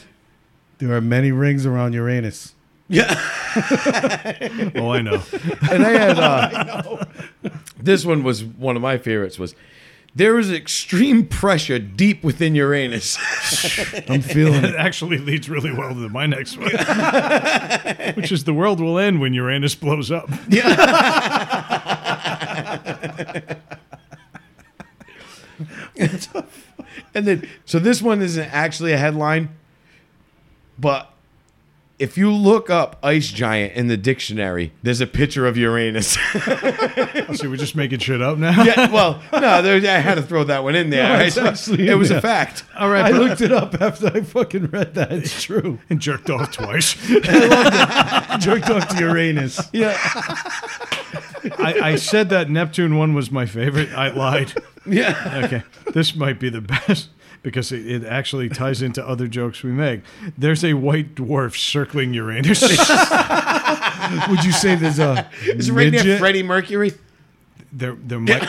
there are many rings around Uranus?
yeah.
oh, I know.
and I had uh, this one was one of my favorites was there is extreme pressure deep within Uranus.
I'm feeling
It actually leads really well to my next one, which is the world will end when Uranus blows up.
and then so this one isn't actually a headline, but if you look up ice giant in the dictionary, there's a picture of Uranus.
So we're just making shit up now.
yeah, well, no, there, I had to throw that one in there.
No,
right?
it's actually
it
in
was
there.
a fact.
All right,
I
but-
looked it up after I fucking read that. It's true.
and jerked off twice.
Jerked off to Uranus.
Yeah,
I, I said that Neptune one was my favorite. I lied.
yeah.
Okay, this might be the best because it, it actually ties into other jokes we make. There's a white dwarf circling Uranus.
Would you say there's a
Is it right near
midget?
Freddie Mercury?
there, there might.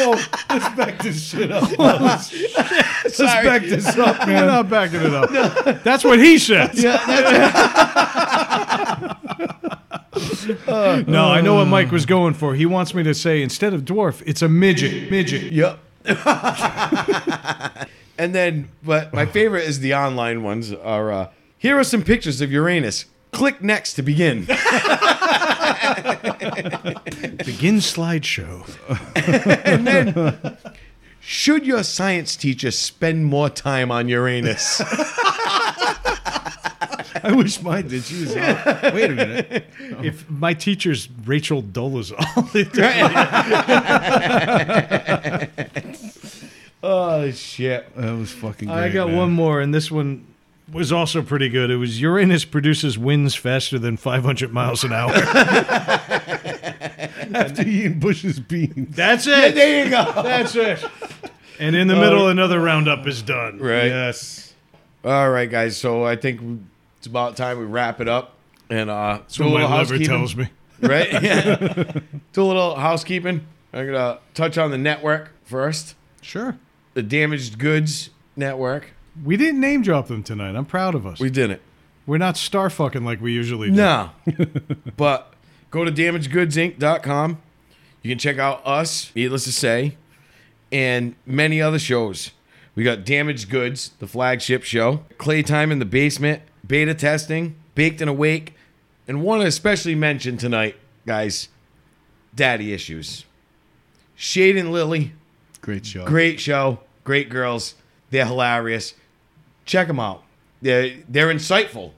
Oh, let's back this shit up. Let's, let's back this up,
Oh, We're
man.
not backing it up. That's what he said. no, I know what Mike was going for. He wants me to say instead of dwarf, it's a midget. Midget.
Yep. and then, but my favorite is the online ones. Are uh, here are some pictures of Uranus. Click next to begin.
Begin slideshow.
Should your science teacher spend more time on Uranus?
I wish mine did. She was out. Wait a minute.
If my teacher's Rachel Dolezal,
oh shit!
That was fucking. Great,
I got
man.
one more, and this one was also pretty good. It was Uranus produces winds faster than 500 miles an hour.
after Ian Bush's beans.
That's it.
There you go.
That's it. And in the middle, another roundup is done.
Right.
Yes.
All right, guys. So I think we- it's about time we wrap it up and uh, do
So
a
my
little
lover
housekeeping.
tells me.
Right? Yeah. do a little housekeeping. I'm gonna touch on the network first.
Sure.
The damaged goods network.
We didn't name drop them tonight. I'm proud of us.
We did it.
We're not star fucking like we usually do.
No. but go to damagegoodsinc.com. You can check out us, needless to say, and many other shows. We got Damaged Goods, the flagship show, Claytime in the Basement, Beta Testing, Baked and Awake, and one especially mentioned tonight, guys, Daddy Issues. Shade and Lily,
Great show.
great show, great girls. They're hilarious. Check them out. They're, they're insightful.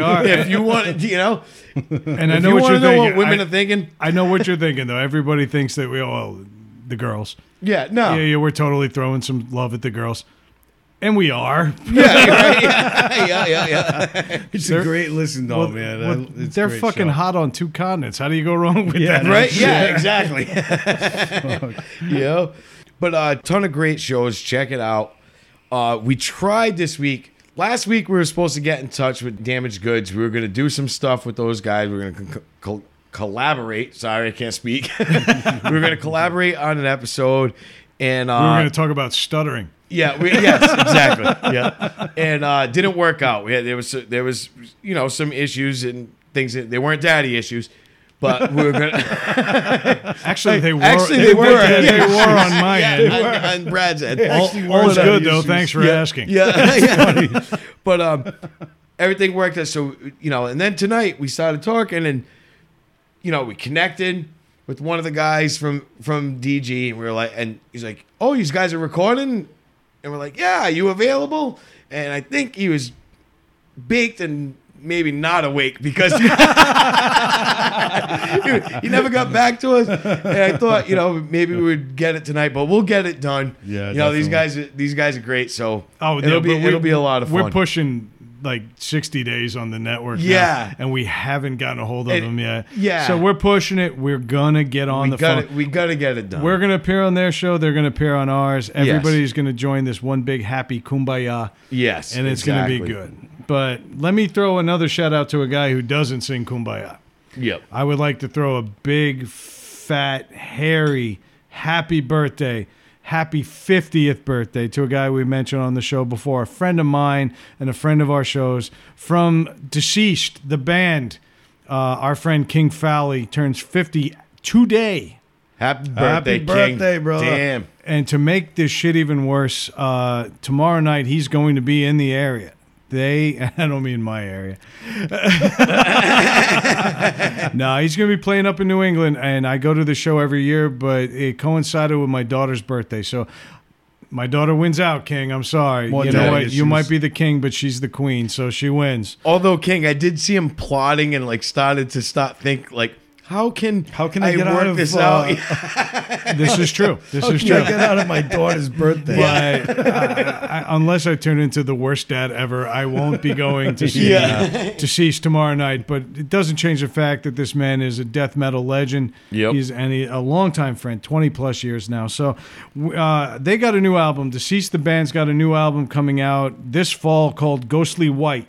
are.
If you want, you know,
and I
if
know
you
what
want to
you're
know
thinking.
what women
I,
are thinking,
I know what you're thinking, though. Everybody thinks that we all, the girls.
yeah, no,
Yeah, yeah, we're totally throwing some love at the girls. And we are.
yeah, yeah, yeah, yeah.
It's
They're-
a great listen, though,
Oh,
Well,
man.
well,
I- it's a
they're
great
fucking
show.
hot on two continents. How do you go wrong with
Yeah,
that?
right, yeah, exactly. you know, but a uh, ton of great shows. Check it out. Uh, we tried this week. Last week we were supposed to get in touch with Damaged Goods. We were going to do some stuff with those guys. We were going to co- co- collaborate. Sorry, I can't speak. we were going to collaborate on an episode, and uh,
We were going to talk about stuttering.
Yeah, we, yes, exactly. Yeah, and uh, didn't work out. We had, there was there was you know some issues and things that they weren't daddy issues, but we were gonna
Actually, they were.
actually they were.
They, they were on my
yeah,
end.
on, on Brad's end.
All,
Actually,
all
were
is
daddy
good though.
issues.
Thanks for asking.
Yeah, yeah. but um, everything worked out. So you know, and then tonight we started talking, and you know, we connected with one of the guys from from DG, and we were like, and he's like, "Oh, these guys are recording," and we're like, "Yeah, are you available?" And I think he was baked and maybe not awake because he, he never got back to us. And I thought, you know, maybe we would get it tonight, but we'll get it done.
Yeah,
you know, these
definitely.
guys guys- these guys are great. So
Oh, yeah,
it'll be
but we-
it'll be a lot of fun.
We're pushing like 60 days on the network. now,
Yeah.
and we haven't gotten a hold of
And-
them yet.
yeah.
So we're pushing it. We're gonna get on
we
the
got
phone.
it. We got to get it done.
We're going to appear on their show. They're going to appear on ours. Everybody's going to join this one big happy kumbaya,
yes,
and it's
exactly.
going to be good. But let me throw another shout out to a guy who doesn't sing kumbaya.
Yep.
I would like to throw a big, fat, hairy happy birthday, happy 50th birthday to a guy we mentioned on the show before, a friend of mine and a friend of our shows from Deceased, the band. Uh, our friend King Fowley turns 50 today.
Happy birthday, King.
birthday, brother.
Damn.
And to make this shit even worse, uh, tomorrow night he's going to be in the area. They, I don't mean my area. no, he's going to be playing up in New England, and I go to the show every year, but it coincided with my daughter's birthday. So my daughter wins out, King. I'm sorry.
More
you know
daddy
what? You
issues.
might be the king, but she's the queen, so she wins.
Although King, I did see him plotting and like started to start think like, how can
How can I, get
work
out of
this
uh,
out?
This is true. This is
Can I
true.
get out of my daughter's birthday?
But uh, I, I, unless I turn into the worst dad ever, I won't be going to see uh, to cease tomorrow night. But it doesn't change the fact that this man is a death metal legend.
Yep.
He's and he, a longtime friend, twenty plus years now. So uh, they got a new album. Deceased the band's got a new album coming out this fall called Ghostly White.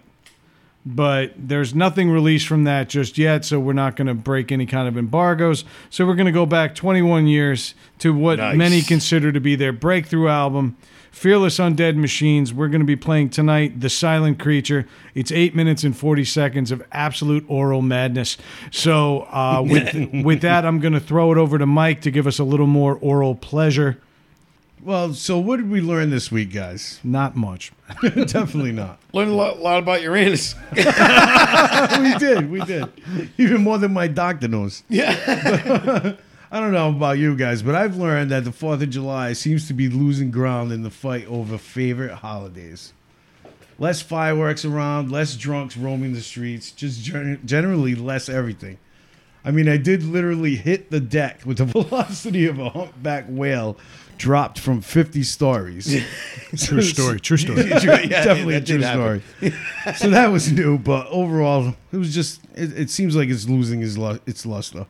But there's nothing released from that just yet, so we're not going to break any kind of embargoes. So we're going to go back 21 years to what
Nice.
many consider to be their breakthrough album, Fearless Undead Machines. We're going to be playing tonight, The Silent Creature. It's eight minutes and 40 seconds of absolute oral madness. So, uh, with, with that, I'm going to throw it over to Mike to give us a little more oral pleasure.
Well, so what did we learn this week, guys?
Not much.
Definitely not.
Learned a lot, lot about Uranus.
we did, we did. Even more than my doctor knows.
yeah.
I don't know about you guys, but I've learned that the Fourth of July seems to be losing ground in the fight over favorite holidays. Less fireworks around, less drunks roaming the streets, just gen- generally less everything. I mean, I did literally hit the deck with the velocity of a humpback whale dropped from 50 stories.
True story. True story.
Definitely a
that did
true
happen.
story. so that was new, but overall, it was just, it, it seems like it's losing its, lu- its luster.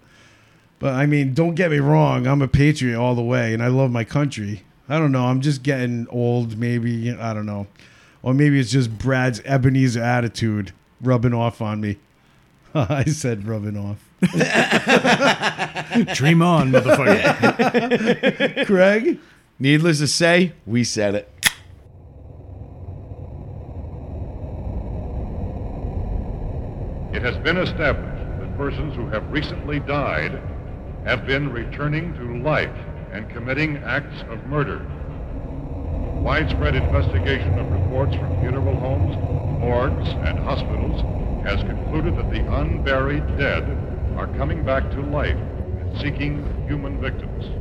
But I mean, don't get me wrong. I'm a patriot all the way, and I love my country. I don't know. I'm just getting old, maybe. you know, I don't know. Or maybe it's just Brad's Ebenezer attitude rubbing off on me. I said rubbing off.
Dream on, motherfucker.
Craig?
Needless to say, we said it.
It has been established that persons who have recently died have been returning to life and committing acts of murder. Widespread investigation of reports from funeral homes, morgues, and hospitals has concluded that the unburied dead are coming back to life and seeking human victims.